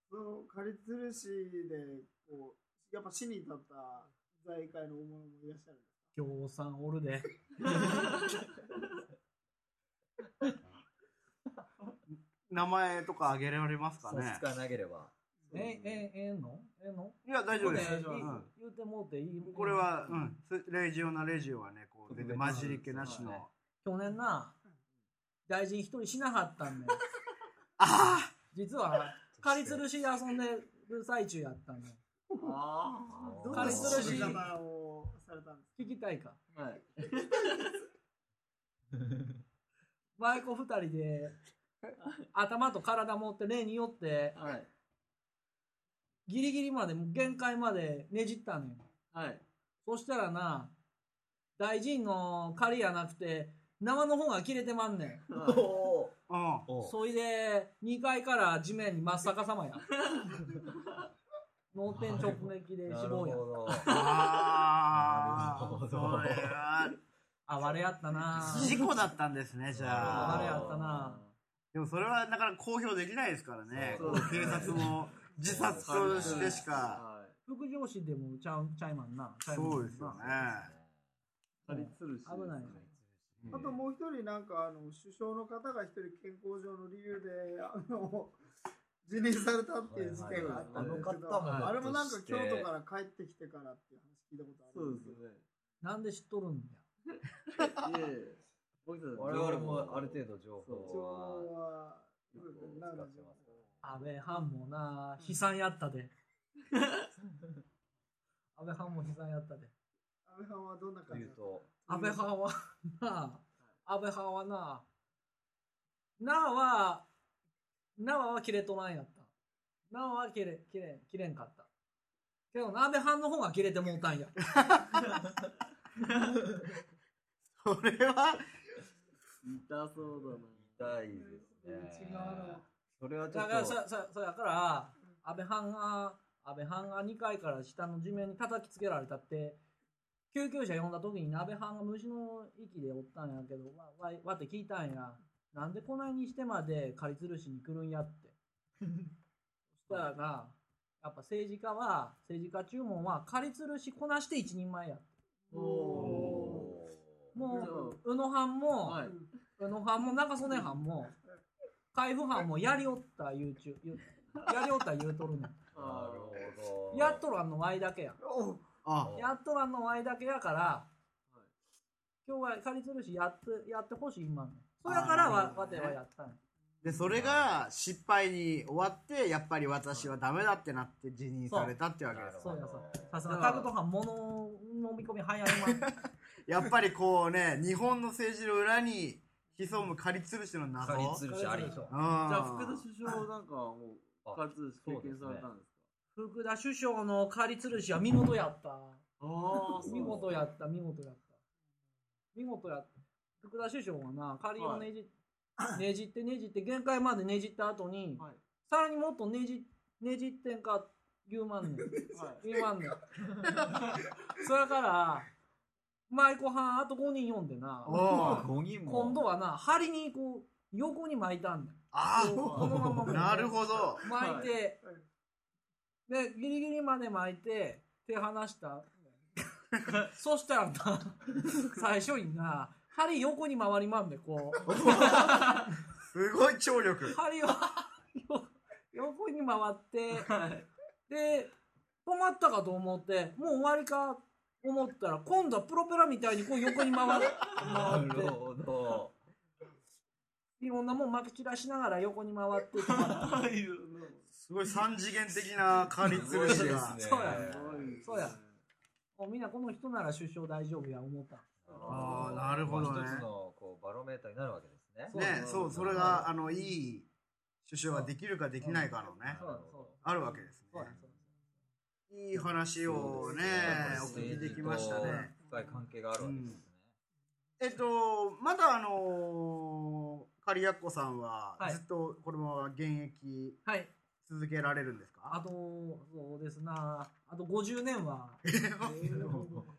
Speaker 2: その、仮吊るしで、こう、やっぱ死に至った財界の大物もいらっしゃる。
Speaker 3: 共産おる で。
Speaker 4: ー名前とかあげられますか
Speaker 5: 差し
Speaker 4: ね
Speaker 5: 支えなければ。
Speaker 3: え、え、ええのええの
Speaker 4: いや大丈夫です
Speaker 3: ここ
Speaker 4: う
Speaker 3: い
Speaker 4: ん
Speaker 3: 言うてもうていい
Speaker 4: これは、うん、レジオなレジオはね、こう、全然混じりっ気なしの。
Speaker 5: はい
Speaker 3: 去年な、大臣一人しなかった んで、
Speaker 4: あ
Speaker 3: 実は、カリツルシで遊んでる最中やったんで、
Speaker 1: あ
Speaker 2: どん
Speaker 3: カ
Speaker 2: な
Speaker 3: リツル
Speaker 2: 死
Speaker 3: シ
Speaker 2: に方をされたんです
Speaker 3: 聞きたいか。
Speaker 1: ーはい
Speaker 3: 舞妓二人 で、頭と体持って、例によって、
Speaker 1: はい
Speaker 3: ギリギリまで、限界までねじったのよ。
Speaker 1: はい
Speaker 3: そしたらな、大臣の狩りやなくて、生の方が切れてまんねん。
Speaker 5: お
Speaker 4: あ、
Speaker 5: お。う。
Speaker 3: そいで、2階から地面に真っ逆さまや。脳天直撃で
Speaker 5: な
Speaker 3: 死
Speaker 5: るほ
Speaker 3: 亡や。
Speaker 5: ど。
Speaker 4: うん。あ
Speaker 5: なる
Speaker 4: あ、
Speaker 5: ほ
Speaker 4: そ
Speaker 5: ど
Speaker 4: れは、
Speaker 3: あ、割れやった な。
Speaker 4: 事故だったんですね、じ
Speaker 3: あれ
Speaker 4: ゃ
Speaker 3: や
Speaker 4: あ。
Speaker 3: ったな。
Speaker 4: でもそれはなかなか公表できないですからね。
Speaker 1: そうそう
Speaker 4: 警察も自殺としてしか。
Speaker 1: は
Speaker 3: 副上司でもちゃうちゃいまんな。ちゃいまんな
Speaker 4: そうですよね。
Speaker 1: い仮吊るしですね
Speaker 3: 危ない
Speaker 2: かあともう一人なんかあの首相の方が一人健康上の理由であの辞任されたっていう事件があったんですけど、
Speaker 6: はいはいはいあの方も
Speaker 2: あれもなんか
Speaker 6: はい
Speaker 2: 京都から帰ってきてからっていう話聞いたことあ
Speaker 1: そ
Speaker 2: る
Speaker 1: うんで
Speaker 2: ですすよ。
Speaker 1: ね。
Speaker 3: なんで知っとるんだよ。
Speaker 1: いえいえ僕たち
Speaker 6: 我々もある程度情
Speaker 1: そう
Speaker 2: 一
Speaker 6: 報
Speaker 2: 応
Speaker 6: は
Speaker 2: は、
Speaker 6: よく
Speaker 2: うん
Speaker 6: 使
Speaker 2: な
Speaker 6: っ
Speaker 2: ん
Speaker 6: てま
Speaker 2: か
Speaker 6: す
Speaker 3: 安倍藩もな、悲惨やった で。安倍藩も悲惨やったで。
Speaker 2: 安倍さんはどんな
Speaker 6: と
Speaker 2: 感
Speaker 6: い
Speaker 2: じ
Speaker 6: う
Speaker 2: だった
Speaker 6: と
Speaker 3: 安倍派はなあ、安倍派はなあ、なあは、なあはキレとらんやった。なあはキレ、キレ、キレんかった。けどな、安倍派の方がキレてもうたんや。
Speaker 4: それは、
Speaker 1: 痛そうだな。
Speaker 6: 痛いですね
Speaker 2: 内側の
Speaker 6: それはちょ
Speaker 3: だ
Speaker 6: っ
Speaker 3: から、
Speaker 6: と
Speaker 3: そ、そ、そやから、安倍藩が、安倍藩が2階から下の地面に叩きつけられたって、救急車呼んだ時に安倍藩が虫の息でおったんやけど、わ、わ、わって聞いたんや。なんでこないにしてまで借り吊るしに来るんやって。そしたらな、やっぱ政治家は、政治家注文は借り吊るしこなして一人前やって。
Speaker 1: お
Speaker 6: おー
Speaker 3: もう、宇野藩も、
Speaker 1: はい。
Speaker 3: 宇野藩も中曽根藩も、海部藩もやりおった言うちゅ、言うやりおった言うとるの。
Speaker 6: なるほど
Speaker 3: やっとらんのワイだけや。
Speaker 2: お
Speaker 4: あ、
Speaker 3: やっとらんのワイだけやから、今日は借り吊るしやって、やってほしい今の。そやから
Speaker 4: あーなる
Speaker 3: わ、
Speaker 4: ほ
Speaker 3: わ
Speaker 4: どね
Speaker 3: てはやったんや。
Speaker 4: で、それが失敗に終わって、やっぱり私はダメだってなって辞任されたってわけ
Speaker 6: な
Speaker 4: で
Speaker 6: る
Speaker 4: す。
Speaker 6: ほ
Speaker 3: そう
Speaker 6: ど
Speaker 3: やそうさすがタグト藩物の飲み込み早いまん。
Speaker 4: やっぱりこうね、日本の政治の裏に潜む仮吊るしの謎。
Speaker 6: 仮吊るしあり
Speaker 4: うん
Speaker 1: じゃあ、福田首相なんかはもう、
Speaker 6: あ
Speaker 1: 復活経験されたんですか
Speaker 3: 福田首相の借り吊るしは見事やった。
Speaker 1: ああ、そう
Speaker 3: 見事やった、見事やった。見事やった。福田首相はな、借りをねじ,、ねじってねじって、限界までねじった後に、
Speaker 1: はい
Speaker 3: さらにもっとねじねじってんか、言うまんねん。
Speaker 1: はい。
Speaker 3: 言うまんねん。そやから、舞妓はんあと5人呼んでな、
Speaker 4: おう
Speaker 6: 5人も
Speaker 3: 今度はな、針にこう、横に巻いたんねん。
Speaker 4: あ
Speaker 3: このままも
Speaker 4: あ、
Speaker 3: う
Speaker 4: なるほど。
Speaker 3: 巻いて、で、ギリギリまで巻いて、手離した。そしたらな、最初にな、針横に回りまんで、こう。
Speaker 4: すごい聴力。
Speaker 3: 針を よ横に回って、で、止まったかと思って、もう終わりか思ったら、今度はプロペラみたいにこう横に回る。
Speaker 6: な
Speaker 3: 回っ
Speaker 6: る
Speaker 3: て、
Speaker 6: ほど
Speaker 3: いろんなもん巻き散らしながら横に回って、止まった
Speaker 1: はい。
Speaker 4: すごい三次元的な仮吊るしが。
Speaker 3: そうや
Speaker 6: ね
Speaker 3: そうや。もうみんなこの人なら首相大丈夫や思った。
Speaker 4: ああ、なるほどね
Speaker 6: まあ。一つのこうバロメーターになるわけですね。
Speaker 4: ね、そう、それが、あの、いい首相ができるかできないかのね、
Speaker 3: そうそう。
Speaker 4: あるわけです
Speaker 3: そうやそう
Speaker 4: ね。いい話をね、お聞きできましたね。。
Speaker 6: 深い関係があるわけですね。
Speaker 4: えっと、まだあのー、カリヤッコさんは
Speaker 3: は、い
Speaker 4: ずっとこのまま現役
Speaker 3: やはい。
Speaker 4: 続けられるんです
Speaker 3: あ
Speaker 4: か
Speaker 3: と、そうですな。あと50年 は、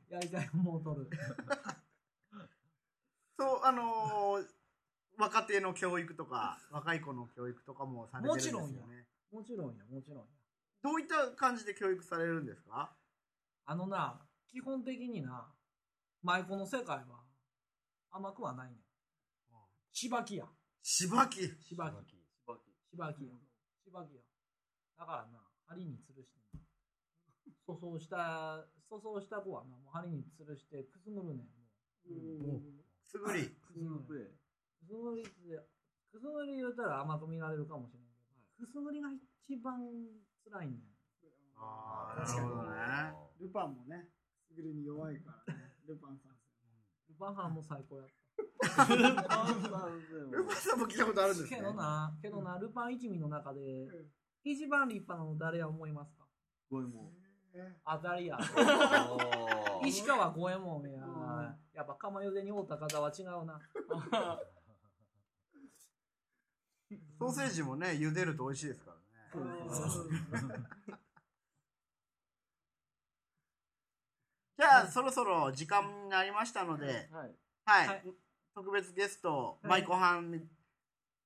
Speaker 3: やりたいもう取る。
Speaker 4: そう、あのー、若手の教育とか、若い子の教育とかもされてるんですよ
Speaker 3: もちろん
Speaker 4: ね。
Speaker 3: もちろんや、もちろんや。
Speaker 4: どういった感じで教育されるんですか
Speaker 3: あのな、基本的にな、舞妓の世界は甘くはないねん。しばきや。
Speaker 4: しばき。
Speaker 3: しばき。しばきや。しばきや。だからな、針に吊るして な。粗相した、粗相した子はな、もう針に吊るしてくすぐるねん。も
Speaker 4: すぐり。
Speaker 3: うくす
Speaker 1: 普通のプ
Speaker 3: ぐ
Speaker 1: レ
Speaker 3: る。く
Speaker 1: ー。
Speaker 3: すぐりって、くすぐり言うたら甘く見られるかもしれんけど、くすぐりが一番辛いねん。
Speaker 4: ああ、な
Speaker 2: 確
Speaker 4: る
Speaker 2: か
Speaker 4: ほどね。
Speaker 2: に。ルパンもね、すぐりに弱いからね、ルパンさん。
Speaker 3: ルパンハンも最高やった。
Speaker 4: ルパンさんも聞いたことあるんです
Speaker 3: け
Speaker 4: ね。
Speaker 3: どな、けどな、ルパン一味の中で
Speaker 2: ん、
Speaker 3: 一番立派なの誰や思いますか
Speaker 1: ごいも
Speaker 2: え
Speaker 3: 当た りや。
Speaker 6: おー
Speaker 3: 石川五右衛門や
Speaker 2: ん。
Speaker 3: やっぱ釜茹でにおった方は違うな。
Speaker 4: ソーセージもね、茹でると美味しいですからね。じゃあ、そろそろ時間になりましたので、
Speaker 1: はい。
Speaker 4: はい。
Speaker 3: はい
Speaker 4: 特別ゲスト、
Speaker 3: い
Speaker 4: 舞子はん、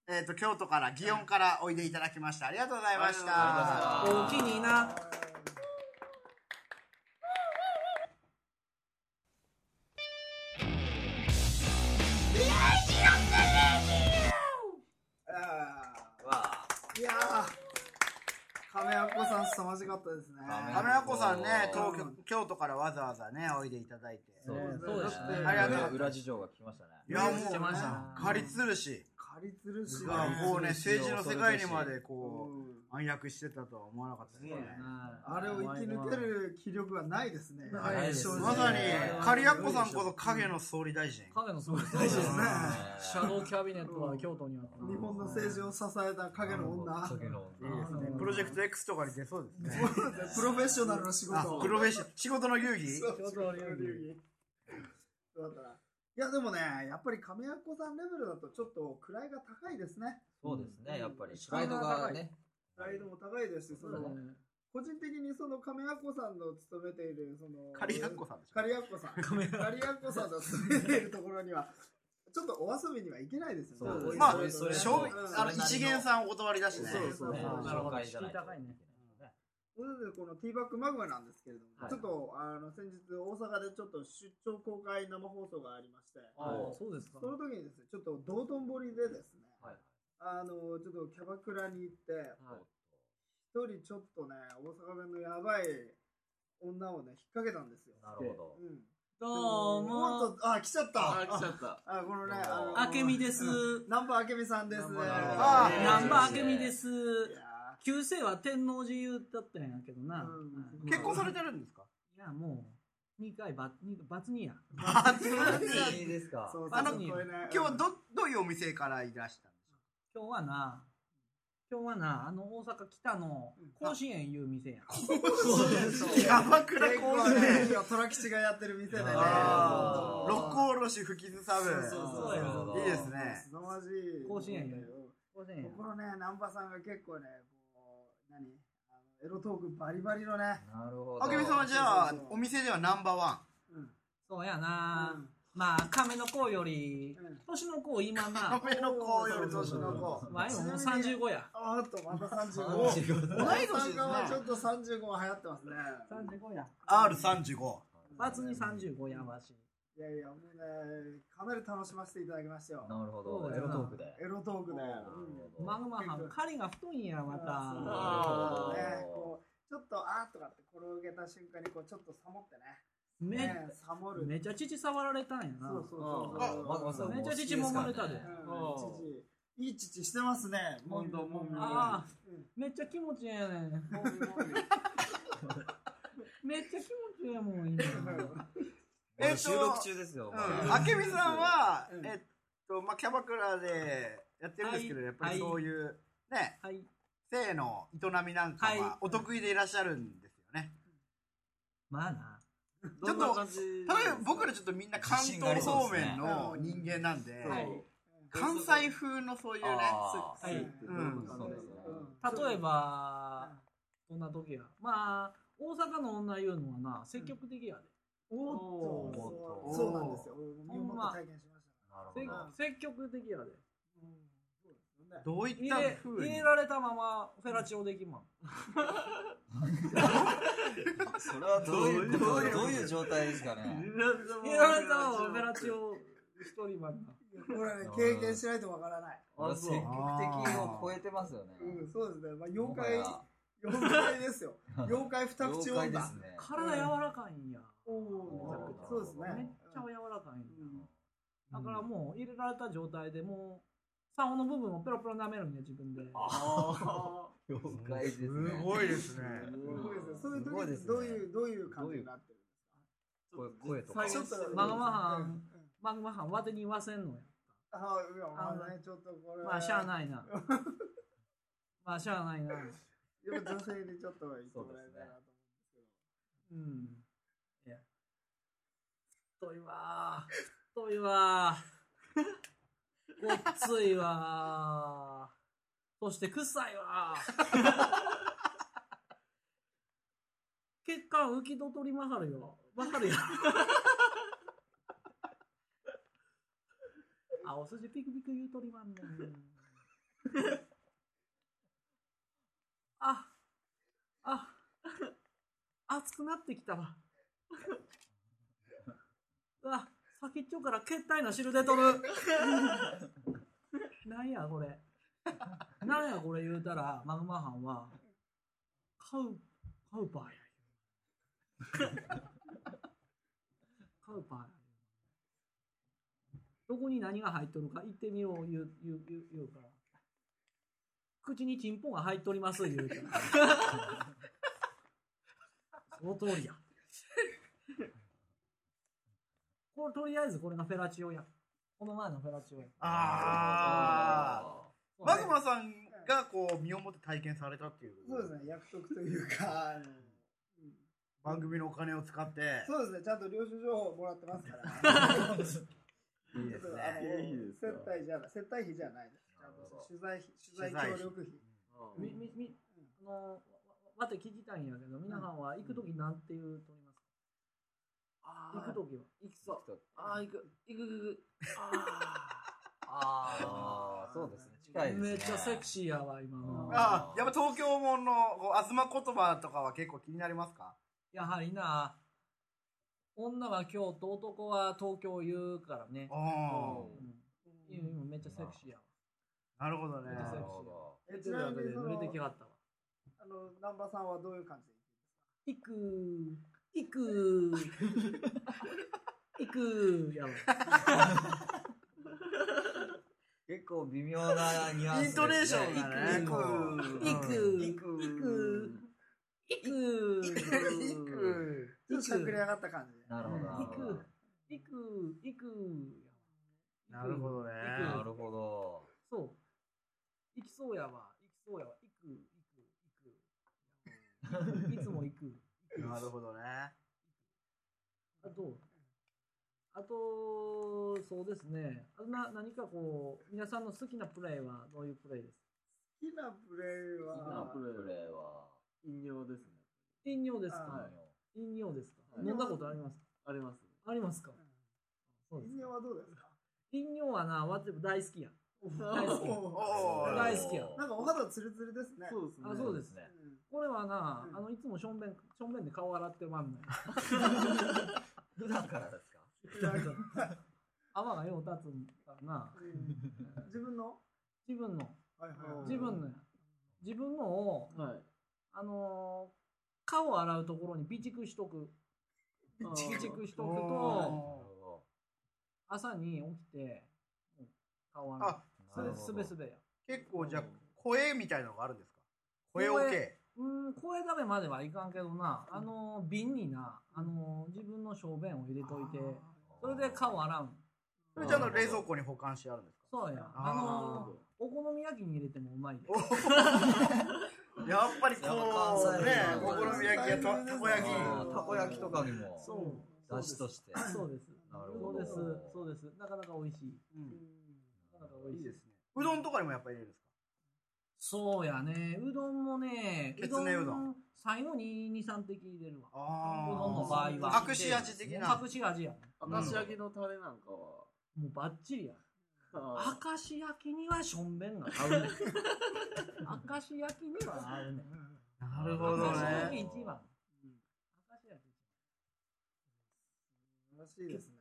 Speaker 4: えっ、と、京都から、祇園からおいでいただきました。ありがとうございまし
Speaker 6: あ
Speaker 4: た。
Speaker 6: りがとうございま
Speaker 3: おお
Speaker 6: し
Speaker 3: き
Speaker 6: た
Speaker 3: にな。
Speaker 2: あ
Speaker 6: わあ
Speaker 2: ーいやー楽しかったですね。
Speaker 6: ダ
Speaker 4: カ
Speaker 6: メ
Speaker 4: メラ子さんね、
Speaker 6: そう
Speaker 4: 東京、京都からわざわざね、おいでいただいて。
Speaker 6: そう
Speaker 3: そうですね
Speaker 4: ありがとうございます
Speaker 6: 裏事情が聞きましたね。
Speaker 4: いや、もう、
Speaker 2: してました
Speaker 4: 借りつるし、
Speaker 2: 借りつるし
Speaker 4: う
Speaker 2: は
Speaker 4: わ
Speaker 2: ね
Speaker 4: もうね、政治の世界にまでこ
Speaker 2: うん
Speaker 4: う、暗躍してたとは思わなかったですね。
Speaker 2: あれを生き抜ける気力がないですね。
Speaker 3: ないです
Speaker 2: 正直
Speaker 4: まさに
Speaker 3: う、ん
Speaker 4: 狩りやっこさんこそ影の総理大臣。
Speaker 3: 影のすごい
Speaker 2: 大事ですね。
Speaker 3: シャドウキャビネットは京都にあっ
Speaker 2: 日本の政治を支えた影の女。
Speaker 6: 影の
Speaker 4: い
Speaker 6: 女
Speaker 4: いですね。プロジェクト X とかに出そうですね。
Speaker 2: プロフェッショナルの仕
Speaker 4: あ
Speaker 2: 事、を。
Speaker 4: プロフェッショ仕事の流儀
Speaker 2: そう京都流儀。そうだったらいやでもね、やっぱり亀山さんレベルだとちょっと位が高いですね。
Speaker 6: そうですね、やっぱり。
Speaker 2: プ
Speaker 6: プ
Speaker 2: ラ
Speaker 6: ラ
Speaker 2: イ
Speaker 6: イ
Speaker 2: ド
Speaker 6: ド
Speaker 2: が
Speaker 6: が
Speaker 2: ね
Speaker 6: ね。
Speaker 2: 位度も高いですし、その個人的にその亀山さんの勤めているその
Speaker 4: 狩りやっこさんでしょ
Speaker 2: カリアッコさん。カリアッコさんの住んでいるところには、ちょっとお遊びには行けないですよ
Speaker 6: そう
Speaker 2: ね。
Speaker 4: まあ
Speaker 2: こういう
Speaker 6: それ
Speaker 4: し
Speaker 2: と
Speaker 4: ょ
Speaker 2: こ
Speaker 4: う
Speaker 2: ろね
Speaker 4: あ
Speaker 2: あの
Speaker 4: の一元さんお断りだしね。
Speaker 2: そうそう
Speaker 6: ね
Speaker 2: そう
Speaker 3: なるほど
Speaker 6: 紹介じゃないと
Speaker 3: 敷居高いね
Speaker 2: ということでこのティーバックマグマなんですけれども、
Speaker 6: はい
Speaker 2: ちょっとあの先日大阪でちょっと出張公開生放送がありまして、
Speaker 3: あ
Speaker 6: はい
Speaker 3: そうですか
Speaker 2: その時にですね、ちょっと道頓堀でですね、
Speaker 6: はい
Speaker 2: あのちょっとキャバクラに行って、一人ちょっとね、大阪弁のやばい女をね、引っ掛けたんですよ。
Speaker 6: なるほど。
Speaker 2: うん。
Speaker 3: どうも
Speaker 2: おっとあ、来ちゃった。
Speaker 1: あ、来ちゃった。
Speaker 2: あ、このね、あの
Speaker 3: あけみです
Speaker 2: 南波あけみさんですね。
Speaker 1: 南波なるほど
Speaker 4: あー
Speaker 3: 南波あけみです
Speaker 2: いや
Speaker 3: 旧姓は天王寺優だったんやけどな、
Speaker 2: うん
Speaker 3: はい
Speaker 4: 結婚されてるんですか
Speaker 3: いやもう2回バ二バツ2や
Speaker 6: いいです
Speaker 2: ー
Speaker 6: か
Speaker 2: そうそう
Speaker 4: あの
Speaker 2: これね
Speaker 4: 今日はど、どういうお店からいらしたんですか
Speaker 3: 今日はな今日はなあの大阪北の甲子園いう店や
Speaker 4: キャバクラ
Speaker 2: 結
Speaker 4: コ
Speaker 2: 構
Speaker 4: ール
Speaker 2: ね
Speaker 4: で。
Speaker 2: いや、トラ吉がやってる店でね。
Speaker 4: あ
Speaker 6: ー
Speaker 4: ー六甲おろし吹きずサブ。
Speaker 2: そうそう
Speaker 3: そう
Speaker 2: そう
Speaker 4: いいですね
Speaker 2: すさまじい。
Speaker 3: 甲子園や甲子園や
Speaker 2: ここのね、南波さんが結構ね、こう、何あのエロトークバリバリのね。
Speaker 6: なるほど。
Speaker 4: あけみさんはじゃあ、お店ではナンバーワ
Speaker 2: うん。
Speaker 3: そうやな、
Speaker 2: うん
Speaker 3: まあ亀の子より
Speaker 2: うん
Speaker 3: 年の子今
Speaker 4: ン。
Speaker 3: な
Speaker 4: カメの子より年の子。
Speaker 3: わいももう35や
Speaker 2: あーっと、また
Speaker 6: 同じ
Speaker 2: 35。
Speaker 6: こ
Speaker 4: 同い年ですね
Speaker 2: さんはちょっと35は流行ってますね。
Speaker 3: 35や
Speaker 4: R35。
Speaker 3: バツに35やわし
Speaker 2: いやいや、もうね、かなり楽しませていただきましたよ
Speaker 6: と。なるほど。エロトークで。
Speaker 2: エロトークで。
Speaker 6: なるほど
Speaker 3: マグマハム狩りが太いんやまた
Speaker 2: あ
Speaker 6: あー
Speaker 2: ね、こうちょっとあーとかって転げた瞬間にこうちょっとサモってね。
Speaker 3: め
Speaker 2: ね、サモる。
Speaker 3: めちゃ乳触られたんや
Speaker 2: そ
Speaker 3: な
Speaker 2: うそうそうそう。
Speaker 6: あマグマさん
Speaker 3: めちゃ乳揉まれたで
Speaker 2: うん父いい父してますね。
Speaker 1: ほんともみもみ
Speaker 3: ああ
Speaker 2: うん
Speaker 3: めっちゃ気持ちええやね ん
Speaker 2: もみもみ
Speaker 3: めっちゃ気持ちええもん今
Speaker 4: えっと
Speaker 6: 収録中ですよ。
Speaker 4: うんあけみさんは
Speaker 2: う、ん
Speaker 4: えっと、まあ、キャバクラでやってるんですけど、
Speaker 3: はい
Speaker 4: やっぱりそういう、ね、
Speaker 3: はい
Speaker 4: 性の営みなんか
Speaker 3: はい
Speaker 4: はお得意でいらっしゃるんですよね。
Speaker 3: まあな
Speaker 1: どんな感じ
Speaker 4: 例えば僕らちょっとみんな関東方面の人間なんで、
Speaker 3: はい
Speaker 4: 関西風のそういうね、
Speaker 6: あー
Speaker 3: はい
Speaker 4: うん
Speaker 1: そうですね
Speaker 3: 例えばどんな時やまあ大阪の女いうのはな積極的やで
Speaker 2: お
Speaker 3: お
Speaker 2: っ
Speaker 3: ー
Speaker 2: と
Speaker 6: おっと
Speaker 2: そうなんですよ。身
Speaker 3: ほ
Speaker 2: を
Speaker 3: ん
Speaker 2: もっ
Speaker 3: ま
Speaker 2: て体験しましたか
Speaker 6: な
Speaker 3: せ
Speaker 6: るほど。
Speaker 3: 積極的や
Speaker 2: ら。
Speaker 3: で
Speaker 2: うんそうですよね
Speaker 4: どういっ
Speaker 3: 入
Speaker 4: た
Speaker 3: れ
Speaker 4: 風
Speaker 3: 入
Speaker 4: に
Speaker 3: れ。られたままフェラチオできまん
Speaker 6: それはどういう
Speaker 4: どういう
Speaker 6: どういう状態ですかね。
Speaker 3: 入れられたままフェラチオ一人までない
Speaker 2: やこれね、経験しないとわからない。
Speaker 6: あ積極的を超えてますよね。
Speaker 2: うん、そうですね。ま
Speaker 6: も
Speaker 2: あ、妖
Speaker 6: は
Speaker 2: 怪、
Speaker 6: や
Speaker 2: 妖怪ですよ。妖怪二口
Speaker 6: 妖
Speaker 2: 女。
Speaker 6: 怪ですね。
Speaker 3: 体柔らかいんや
Speaker 2: おお
Speaker 6: お、ー
Speaker 2: そうですね。
Speaker 3: めっちゃ柔らかいんや
Speaker 2: うん
Speaker 3: だからもう入れられた状態でもう竿の部分をペロペロ舐めるんや自分で
Speaker 6: 妖怪ですね。
Speaker 4: すごいですね。
Speaker 2: すごいですね。そういう
Speaker 6: すごい
Speaker 2: 時
Speaker 6: で
Speaker 2: に
Speaker 6: すね
Speaker 2: どういう、どういう感じになってる
Speaker 6: 声声とか。
Speaker 2: ちょっと、
Speaker 3: マグマハ
Speaker 2: う
Speaker 3: ン
Speaker 2: ん
Speaker 3: マグマハンわてに言わせんのや
Speaker 2: ああ、いや、まあね、ちょっとこれ。
Speaker 3: まあしゃあ
Speaker 2: い。
Speaker 3: ないなまあしゃあないな
Speaker 2: でも女性にちょっと言ってもらえたらと
Speaker 3: うんいや太いわー太いわーごっついわーそして臭いわー血管浮きと取りまはるよまはるよあお筋ピクピク言うとりまんねんああ熱くなってきたわ。うわ、先っちょから血体の汁出とる。なんやこれ。なんやこれ言うたら、マグマハンは、買う、カウパーや。 カウパーや。どこに何が入っとるか言ってみよう言う言う言う言うから。口にチンポンが入っとります言うから。 その通りや。これとりあえずこれがフェラチオや。この前のフェラチオや。
Speaker 4: ああ。
Speaker 3: そうね
Speaker 4: マグマさんがこう身をもって体験されたっていう。
Speaker 2: そうですね、約束というか、あのうん
Speaker 4: 番組のお金を使って。
Speaker 2: そうですね、ちゃんと領収情報もらってますから。
Speaker 6: いい
Speaker 2: ちょ
Speaker 6: で
Speaker 2: っ
Speaker 6: す
Speaker 2: とあ
Speaker 6: ね。
Speaker 2: の
Speaker 1: いいです
Speaker 2: 接
Speaker 1: よ
Speaker 2: 待じゃない、接待費じゃない。ちゃんと取材費、取材協力費。
Speaker 1: うん
Speaker 3: み、み、み、あの、わわて聞きたいんやけど、皆さんは行くときなんて言うとります
Speaker 1: あ
Speaker 3: か行くときは。
Speaker 1: 行きそう。ああ、行く、行く、行く。あ
Speaker 6: ああ、そうですね。近いですね。
Speaker 3: めっちゃセクシーやわ、今の。
Speaker 4: ああ、やっぱ東京もんのこうあずま言葉とかは結構気になりますか
Speaker 3: やはりな、女は京都、男は東京言うからね。
Speaker 4: あ
Speaker 1: あ。
Speaker 3: うん、今めっちゃセクシーやわ。
Speaker 4: あ、なるほどね。
Speaker 6: なるほど。
Speaker 2: え
Speaker 3: ち
Speaker 2: ち
Speaker 3: ょ
Speaker 2: な
Speaker 3: っとだ
Speaker 2: み
Speaker 3: けで
Speaker 2: にそ
Speaker 3: 濡れ
Speaker 2: の、
Speaker 3: てきはったわ。
Speaker 2: あの、南波さんはどういう感じで
Speaker 3: 行く、行 く、行く、やわ。
Speaker 6: 結構微妙なニュアンスですね。
Speaker 4: イントネーションがね、
Speaker 6: 行
Speaker 4: こ
Speaker 6: く
Speaker 4: う。
Speaker 3: 行く、行く、
Speaker 6: 行
Speaker 3: 行く
Speaker 6: く。、
Speaker 3: 行く。
Speaker 4: 行
Speaker 2: ち
Speaker 4: く。
Speaker 2: ょっとしゃくれ上がった感じで。
Speaker 6: なるほど。
Speaker 3: 行く、行く、行く。
Speaker 4: なるほ
Speaker 3: ど。
Speaker 4: どね。
Speaker 6: なるほど。
Speaker 3: そう。行きそうやわ。行きそうやわ。行く、行く、行く。いつも行 く。
Speaker 4: なるほどね。
Speaker 3: あと、あと、そうですね。あな何かこう、皆さんの好きなプレイはどういうプレイですか
Speaker 2: 好きなプレイ
Speaker 1: ナ
Speaker 2: は
Speaker 1: プ、
Speaker 6: こ
Speaker 1: レ
Speaker 6: れは。
Speaker 1: 飲料ですね。
Speaker 3: 飲料です
Speaker 2: は
Speaker 3: か
Speaker 2: い
Speaker 3: 飲料ですか
Speaker 1: はい
Speaker 3: 飲んだことありますか
Speaker 1: あります。
Speaker 3: ありますかそうです
Speaker 2: 人間はどうですか
Speaker 3: 飲料はな、わて大好きや。大好き。
Speaker 4: おー
Speaker 3: 大好きや
Speaker 2: なんかお肌ツルツルですね。
Speaker 1: そうですね。
Speaker 3: あ、そうですね。これはな、
Speaker 2: うん
Speaker 3: あの、いつもしょんべん、しょんべんで顔洗ってまんのよ。
Speaker 6: 普段からですか
Speaker 2: うんなんか
Speaker 3: 泡がよう立つんからな。
Speaker 2: うん自分の
Speaker 3: 自分の、
Speaker 2: はいはいはい
Speaker 3: 自分のや。自分のを、
Speaker 1: はい。
Speaker 3: あのー顔洗うところに備蓄しとく。備蓄しとくと、
Speaker 6: なるほど
Speaker 3: 朝に起きて、うん顔洗う。
Speaker 4: あ、
Speaker 3: それすべすべや。
Speaker 4: 結構じゃあ声みたいのがあるんですか声オ
Speaker 3: 声
Speaker 4: ッケ
Speaker 3: うーん、声だめまではいかんけどな、あのー瓶にな、あのー自分の小便を入れといて、それで顔洗うん。
Speaker 4: ー。それじゃああの冷蔵庫に保管してあるんですか
Speaker 3: そうや。あ
Speaker 4: あー
Speaker 3: のーお好み焼きに入れてもうまいで。
Speaker 6: やっ、ぱ関西
Speaker 4: やっぱりこう、ね
Speaker 6: だな
Speaker 4: お好み焼きやたたこ焼き。
Speaker 6: あーたこ焼きとかにも
Speaker 3: そう。
Speaker 6: 出汁として
Speaker 3: そうです。
Speaker 6: なる
Speaker 3: そ
Speaker 6: ほ
Speaker 3: う
Speaker 6: ど
Speaker 3: です。そうです。なかなか美味しい。なかなか美味しい。
Speaker 4: ね。うどんとかにもやっぱり入れるんですか
Speaker 3: そうやね。うどんもね、
Speaker 4: きつねうどん
Speaker 3: 最後に2、3滴入れるわ。
Speaker 4: あー
Speaker 3: うどんの場合は
Speaker 4: 隠し味的な。
Speaker 3: 隠し味やね。
Speaker 1: 明石焼きのタレなんかは。
Speaker 3: もうバッチリや。
Speaker 1: あ
Speaker 3: 明石焼きにはしょんべんが合うねん。明石焼きには合うねん。
Speaker 4: なるほど
Speaker 3: 明石焼き
Speaker 4: ね。
Speaker 3: 一番。うん明石焼き
Speaker 2: らしいですね。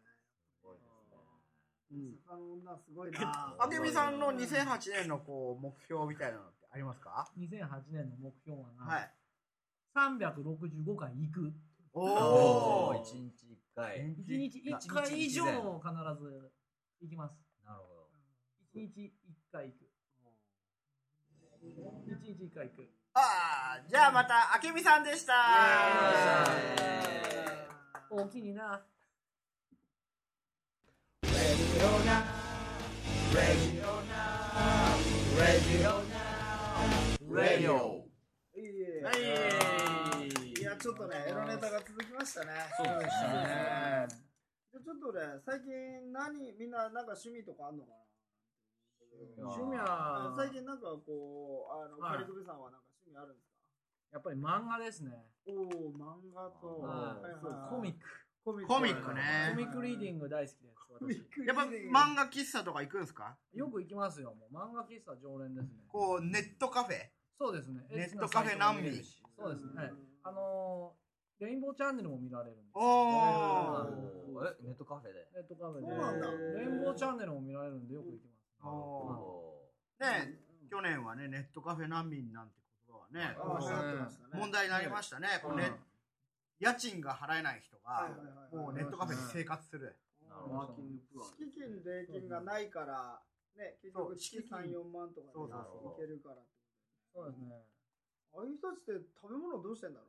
Speaker 1: うん
Speaker 2: 坂の女すごいな。
Speaker 4: あけみさんの2008年のこう目標みたいなのってありますか
Speaker 3: 一番。2008年の目標はな、
Speaker 4: はい。
Speaker 3: 365回行く。
Speaker 4: おー
Speaker 6: 一日一回
Speaker 3: 1日1回以上必ず行きます。
Speaker 6: なるほど
Speaker 3: 1日1回行く。1日1回行く。
Speaker 4: あーじゃあまた、あけみさんでした
Speaker 3: 大きいな。
Speaker 4: レイオ
Speaker 2: いえいえ
Speaker 1: はい
Speaker 2: いや、ちょっとね、エロネタが続きましたね。
Speaker 6: そうでしたね
Speaker 2: でちょっとね、最近何、みんななんか趣味とかあんのかな
Speaker 3: 趣味
Speaker 2: あ
Speaker 3: は
Speaker 2: の、最近なんかこう、あの、
Speaker 3: はい
Speaker 2: カリクビさんはなんか趣味あるんですか
Speaker 3: やっぱり漫画ですね。
Speaker 2: おお漫画と、は
Speaker 3: は
Speaker 2: い
Speaker 3: い
Speaker 2: はい
Speaker 3: そうコミック。
Speaker 2: コミッ
Speaker 4: コミックね
Speaker 3: コミックリーディング大好きです。私
Speaker 4: やっぱ漫画喫茶とか行くんですか
Speaker 3: よく行きますよ。もう漫画喫茶常連ですね。
Speaker 4: こう、ネットカフェ
Speaker 3: そうですね。
Speaker 4: ネットカフェ難民
Speaker 3: そうですね。はいあのー、レインボーチャンネルも見られるんですよ。
Speaker 4: おー
Speaker 6: おーえネットカフェで
Speaker 3: ネットカフェ
Speaker 2: そうなんだ
Speaker 3: で。レインボーチャンネルも見られるんでよく行きます。
Speaker 6: なるほ
Speaker 4: ね去年はね、ネットカフェ難民なんて言葉はから
Speaker 2: ああ、流行って
Speaker 4: ね。
Speaker 2: ましたね。
Speaker 4: 問題になりましたね。こうね、家賃が払えない人
Speaker 2: はいは、い
Speaker 4: が
Speaker 2: はい
Speaker 4: もうネットカフェで生活する。
Speaker 1: ワーキングプアン。
Speaker 2: 敷金、礼金がないから、ね、結局月
Speaker 4: そう敷金
Speaker 2: 3、4万とか
Speaker 4: そうそ
Speaker 6: そ
Speaker 4: う
Speaker 6: う
Speaker 2: いけるから。
Speaker 3: そうですね。
Speaker 2: ああいう人たちって食べ物どうしてんだろ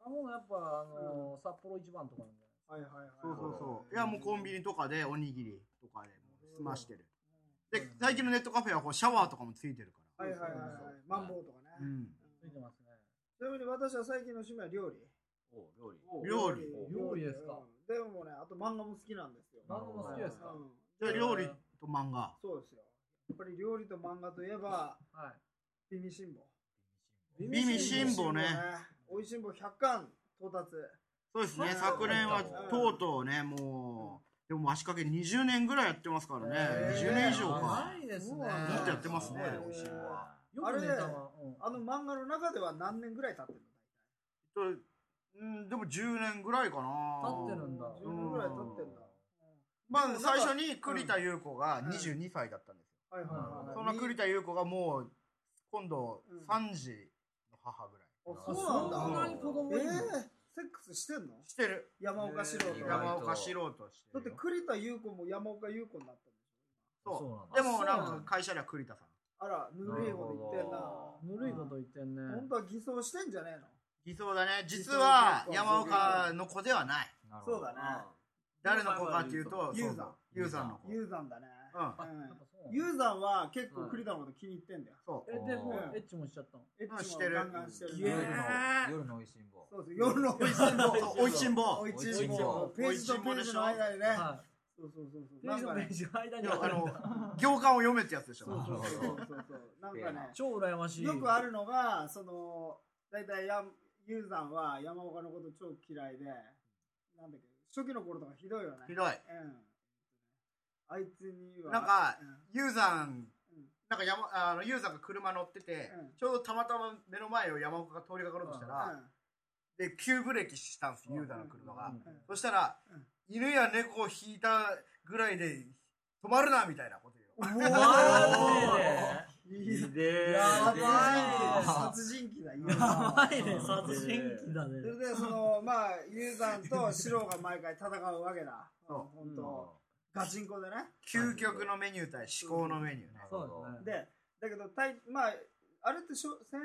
Speaker 3: あもうやっぱ、あのー、札幌一番とかなん
Speaker 2: う
Speaker 3: じ
Speaker 2: ね。はいはいはい。
Speaker 4: そうそうそう。いや、もうコンビニとかでおにぎりとかでもう済ましてる。
Speaker 3: う
Speaker 4: で
Speaker 3: ん、
Speaker 4: 最近のネットカフェはこうシャワーとかもついてるか
Speaker 2: は
Speaker 4: ら。
Speaker 2: いはいはいはい。マンボウとか
Speaker 4: う
Speaker 2: ね。
Speaker 3: ゃ
Speaker 4: ん。
Speaker 3: ない出てますね。
Speaker 2: ちなみに私は最近の趣味は料理。
Speaker 6: お料理。
Speaker 4: 料理
Speaker 3: 料理ですか
Speaker 2: うんでもね、あと漫画も好きなんですよ。
Speaker 3: 漫画も好きですか
Speaker 2: う
Speaker 3: は
Speaker 2: ん
Speaker 4: じゃあ料理と漫画。
Speaker 2: そうですよ。やっぱり料理と漫画といえば、ビミシンボ。
Speaker 3: い。
Speaker 4: ビミシンボね
Speaker 2: 美味しんぼ100巻到達。
Speaker 4: そうですね。
Speaker 3: そう
Speaker 4: 昨年はとうとうね、もう、でも足掛け20年ぐらいやってますからね。
Speaker 2: へー
Speaker 4: 20年以上か
Speaker 3: 長。いですね。
Speaker 4: ずっとやってますね
Speaker 2: へー
Speaker 4: 美味しいものは
Speaker 3: よくネタは。うん
Speaker 2: あの漫画の中では何年ぐらい経ってる
Speaker 4: とうん、でも10年ぐらいかな。
Speaker 3: 経ってるんだ。
Speaker 2: の ?10 年ぐらい経ってんだ。
Speaker 4: まあ、最初に栗田優子が22歳だったんですよ。
Speaker 2: はいはいはい。
Speaker 4: その栗田優子がもう、今度
Speaker 2: うん
Speaker 4: 3時の母ぐらい。
Speaker 2: あ
Speaker 6: 田
Speaker 2: そ
Speaker 6: 優子
Speaker 2: う
Speaker 3: そん
Speaker 2: なんだ。
Speaker 3: なに子供
Speaker 2: え
Speaker 3: い
Speaker 2: え
Speaker 3: るの
Speaker 2: セックスしてんの
Speaker 4: してる。
Speaker 2: 山岡四郎と
Speaker 6: 意
Speaker 2: か。
Speaker 4: 山
Speaker 6: 外と
Speaker 4: 岡素郎として
Speaker 2: だっ
Speaker 4: る
Speaker 2: て
Speaker 4: よ。
Speaker 2: 栗田優子も山岡優子になったんでし
Speaker 4: そう。
Speaker 6: う
Speaker 4: で
Speaker 6: も、
Speaker 4: も
Speaker 3: そうな
Speaker 4: なん
Speaker 3: ん
Speaker 4: か会社では栗田さん。
Speaker 2: ょあら、ぬるいこと言ってんな。
Speaker 3: ぬるいこと言ってんね。
Speaker 2: 本当は偽装してんじゃね
Speaker 4: 偽装だね。実は
Speaker 2: 偽装
Speaker 4: 山岡の子ではない。
Speaker 6: なるほど
Speaker 2: そうだね
Speaker 4: 誰の子かっていうと、
Speaker 2: ユーザー
Speaker 4: そうそうユーザーの
Speaker 2: え
Speaker 4: 子。
Speaker 2: のユーザンだね。
Speaker 4: うん。
Speaker 2: うん
Speaker 3: え、
Speaker 2: ユーザンは結構栗田のこと気に入ってんだよ。
Speaker 4: そう。
Speaker 3: でも
Speaker 2: う、ん
Speaker 3: エッチもしちゃったの。
Speaker 2: エッチも
Speaker 4: してる
Speaker 2: ガンガンしてるね
Speaker 6: 夜の
Speaker 4: えー、
Speaker 6: 夜の美味しんぼ。
Speaker 2: そうです夜の美味しんぼ。
Speaker 4: そうおいしんぼ
Speaker 2: お。いちんぼ。ページとページの間にね。
Speaker 3: は
Speaker 2: そうそうそうそう。
Speaker 3: い。ペ
Speaker 2: な
Speaker 3: ー
Speaker 2: ん
Speaker 3: ジの
Speaker 2: かね
Speaker 3: ペー。ジの間
Speaker 4: い
Speaker 3: に
Speaker 4: や
Speaker 3: あ
Speaker 4: あ
Speaker 3: るんだ。
Speaker 4: の、行間を読めってやつでしょ。
Speaker 2: そうそうそうそうそう。なんかね、
Speaker 3: 超羨ましい。
Speaker 2: よくあるのが、その、大体やん、ユーザンは山岡のこと超嫌いで、なんだっけ、初期の頃とかひどいよね。
Speaker 4: ひどい。
Speaker 2: うん。あいつには。
Speaker 4: なんか
Speaker 2: う
Speaker 4: ユーザー
Speaker 2: うん
Speaker 4: なんか山あのユーザーが車乗ってて、
Speaker 2: うん
Speaker 4: ちょうどたまたま目の前を山岡が通りかかろうとしたら、で急ブレーキしたんです、ユーザーの車が、
Speaker 2: うんうん
Speaker 4: そしたら、
Speaker 2: うん
Speaker 4: 犬や猫を引いたぐらいで止まるなみたいなこと言う
Speaker 2: うん。うん。
Speaker 3: マ
Speaker 2: ジ でいい
Speaker 6: で
Speaker 3: やばい
Speaker 2: 殺人鬼だ、ユーザンは
Speaker 3: ジで。やばいね、殺人鬼だ
Speaker 2: それ
Speaker 3: ね。
Speaker 2: でそのまあユーザンとシローが毎回戦うわけだ。
Speaker 4: そう
Speaker 2: 本当ガチンコでね。
Speaker 4: 究極のメニュー対至高のメニューね、
Speaker 3: そうですね。
Speaker 2: でだけどたいまああれってしょ戦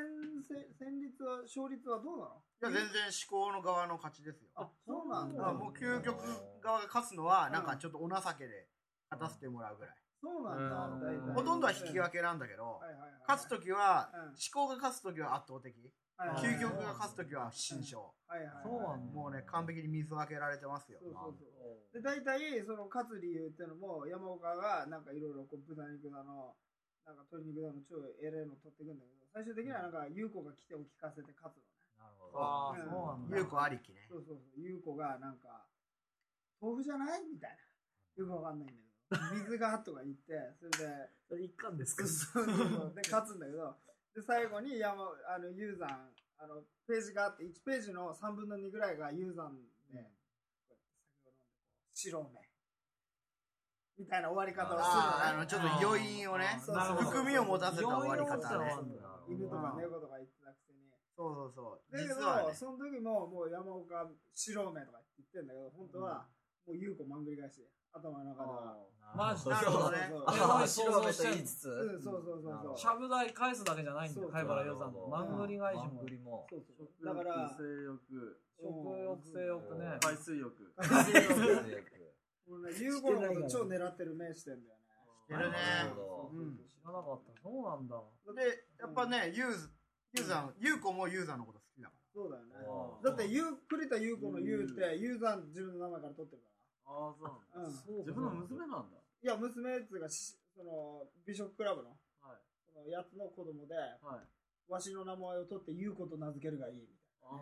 Speaker 2: 戦戦率は勝率はどうなの？
Speaker 4: いや全然至高の側の勝ちですよ、
Speaker 2: あそうなん
Speaker 4: あ
Speaker 2: だ。
Speaker 4: もう究極側が勝つのは、
Speaker 2: うん
Speaker 4: なんかちょっとお情けで勝たせてもらうぐらい、
Speaker 2: そうなんだ
Speaker 6: うん。
Speaker 2: 大体
Speaker 4: ほとんどは引き分けなんだけど、
Speaker 2: はいはいはい
Speaker 4: 勝つ時は、
Speaker 2: うん
Speaker 4: 至高が勝つ時は圧倒的、
Speaker 2: はいはいはい
Speaker 4: 究極が勝つ時は新勝、
Speaker 2: はいはいはい。
Speaker 3: そうなんだ。
Speaker 4: もうね完璧に水をあけられてますよ
Speaker 2: そうそうそう。で大体その勝つ理由ってのも山岡がなんかいろいろこう豚肉だのなんか鶏肉だの超えらいの取ってくんだけど最終的にはなんか優子が来てを聞かせて勝つのね。
Speaker 6: なるほど。
Speaker 3: ああ、
Speaker 2: うん
Speaker 3: そうなんだ。
Speaker 4: 優子ありきね
Speaker 2: そうそうそう、優子がなんか、豆腐じゃないみたいな。よくわかんないんだけど。水がとか言って、それで、
Speaker 3: それ一貫ですか
Speaker 2: そうそうそう で、勝つんだけど、で、最後に山、あの、ユーザン、あの、ページがあって、1ページの3分の2ぐらいがユーザンで、白目。みたいな終わり方をする
Speaker 4: あーあ
Speaker 2: の
Speaker 4: の
Speaker 2: ね。
Speaker 4: ちょっと余韻を
Speaker 2: あ
Speaker 4: ね
Speaker 2: ーなるほど
Speaker 4: 含みを持たせた終わり
Speaker 3: あ
Speaker 4: 方
Speaker 3: ー
Speaker 4: ね
Speaker 3: そうなんだ
Speaker 2: 犬とか猫とか言ってたくせに。
Speaker 4: そうそうそ
Speaker 2: だ
Speaker 4: う
Speaker 2: けど、
Speaker 4: 実はね
Speaker 2: その時ももう山岡白目とか言ってんだけど本当はもう優子まんぐり返し頭の中では
Speaker 3: マジで
Speaker 4: なるほどね
Speaker 2: そうそうそう
Speaker 6: ああ、白目と言いつつ。
Speaker 2: うんそうそうそうそう
Speaker 3: しゃぶ台返すだけじゃないんだ
Speaker 2: そ
Speaker 3: よ、
Speaker 2: う
Speaker 3: 貝原洋さんの。マングリ返し
Speaker 6: マン
Speaker 3: も
Speaker 6: グ。リも。
Speaker 2: そうそうだから
Speaker 1: 性欲、
Speaker 3: 食欲、性欲ね。
Speaker 1: 海水浴。
Speaker 2: 俺ね優子のこと超狙ってる目してんだよね
Speaker 4: してるね
Speaker 6: なるほど
Speaker 2: そうそう
Speaker 4: うん
Speaker 3: 知らなかった。そうなんだ。
Speaker 4: でやっぱねユーズユーザー優子もユーザーのこと好きだか
Speaker 2: そうだよね
Speaker 6: うん
Speaker 2: だって優栗田優子の優ってユーザン自分の名前から取ってるか
Speaker 1: ああ、そう
Speaker 2: らうん
Speaker 3: そう
Speaker 1: なんだ。自分の娘なんだ。
Speaker 2: いや娘っつうかしその美食クラブの
Speaker 1: はい。
Speaker 2: そのやつの子供で
Speaker 1: はい。
Speaker 2: わしの名前を取って優子と名付けるがいいみ
Speaker 1: あ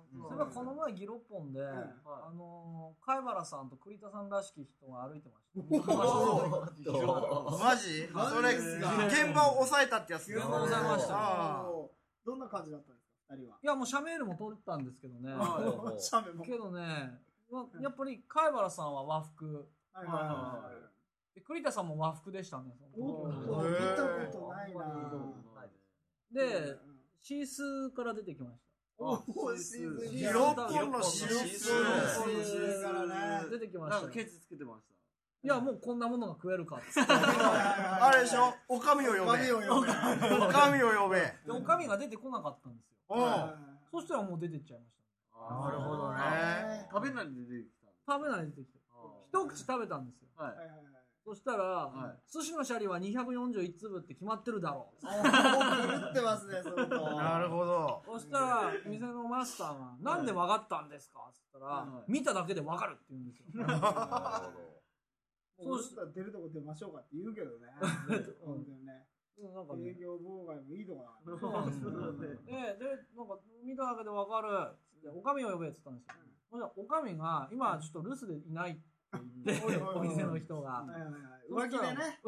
Speaker 1: あ、
Speaker 3: そういえばこの前ギロッポンで、
Speaker 2: ん
Speaker 3: あのー、貝原さんと栗田さんらしき人が歩いてま した。
Speaker 4: らマジ
Speaker 2: マジ
Speaker 4: それ現場を抑えたってやつ
Speaker 2: たいな
Speaker 3: ありがとうございました
Speaker 4: あー
Speaker 2: おーどんな感じだったんですか二人はい
Speaker 3: や、もうシャメールも撮ったんですけどね。
Speaker 1: は
Speaker 2: シャメも。
Speaker 3: けどね、まやっぱり貝原さんは和服。
Speaker 2: はい
Speaker 1: はいはいはい
Speaker 3: で栗田さんも和服でしたね。その
Speaker 2: おっ
Speaker 3: 時
Speaker 2: と、
Speaker 4: へ
Speaker 2: 見
Speaker 4: ー
Speaker 2: たことないな。
Speaker 3: で、シースーから出てきました。
Speaker 2: おーシーズン
Speaker 4: ヒ
Speaker 2: が
Speaker 4: ロポンのシロ
Speaker 2: シーズンシーズンからね
Speaker 3: 出てきま
Speaker 1: な
Speaker 3: し
Speaker 1: ん
Speaker 3: た
Speaker 1: か
Speaker 3: ね、
Speaker 1: ケチつけてました。
Speaker 3: いや、もうこんなものが食える かっつっ
Speaker 4: あれでしょおかみを呼
Speaker 2: おか
Speaker 4: べ。
Speaker 2: みを呼べ
Speaker 4: おかみを呼べ。
Speaker 3: て。で、おかみが出てこなかったんですよ。
Speaker 4: うん。
Speaker 3: そしたらもう出てっちゃいまし
Speaker 4: なるほどね。
Speaker 1: 食べないで出てきた。
Speaker 3: た。食べないで出てきた。一口食べたんですよ。
Speaker 1: はい。
Speaker 3: そしたら、
Speaker 1: は
Speaker 3: 寿司のシャリは241粒って決まってるだろう。
Speaker 2: 打ってますね、その子
Speaker 4: なるほど。
Speaker 3: そしたら、店のマスターが、なんで分かったんですかっつったら、
Speaker 1: はい
Speaker 3: 見ただけで分かるって言うんですよ。
Speaker 6: なるほど。
Speaker 2: もう俺だったら出るとこ出ましょうかって言うけどね。本当にね。
Speaker 3: うんなんかね
Speaker 2: 営業妨害もいいとこだ。
Speaker 3: で、で、なんか、見ただけでわかる。つって、おかみを呼べって言ったんですよ。そしたら、おかみが、今、ちょっと留守でいないって言って、
Speaker 2: おいおいお
Speaker 3: お
Speaker 2: い
Speaker 3: 店の人が。
Speaker 2: 浮気でね、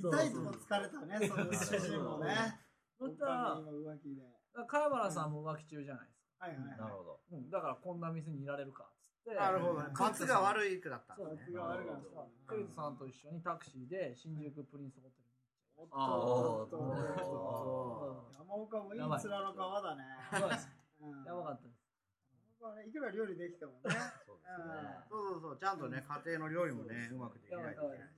Speaker 3: そう
Speaker 2: 痛いとも疲れたね、その写真もね。
Speaker 3: そしたら、
Speaker 2: 今浮気で。
Speaker 3: 川原さんも浮気中じゃないですか。
Speaker 2: はいはい
Speaker 6: な
Speaker 2: は
Speaker 6: る
Speaker 2: い。
Speaker 6: ほど。
Speaker 3: うん、だから、こんな店にいられるか。つって、
Speaker 4: なるほどね。カツが悪い句だった
Speaker 3: そう
Speaker 4: んだ
Speaker 2: さ
Speaker 4: ね。
Speaker 2: すが悪かったね。
Speaker 3: クイズさんと一緒にタクシーで、新宿プリンスホテルに。
Speaker 2: おっと
Speaker 1: あ
Speaker 2: おっと
Speaker 6: おー
Speaker 2: おっと山岡もいい面の川だね。
Speaker 3: そうです
Speaker 2: うん
Speaker 3: やばかったです。
Speaker 2: 山岡はねいくら料理できてもね。
Speaker 6: そうで
Speaker 4: そうそうそう。ちゃんとね、家庭の料理もね、うまくできないといけない。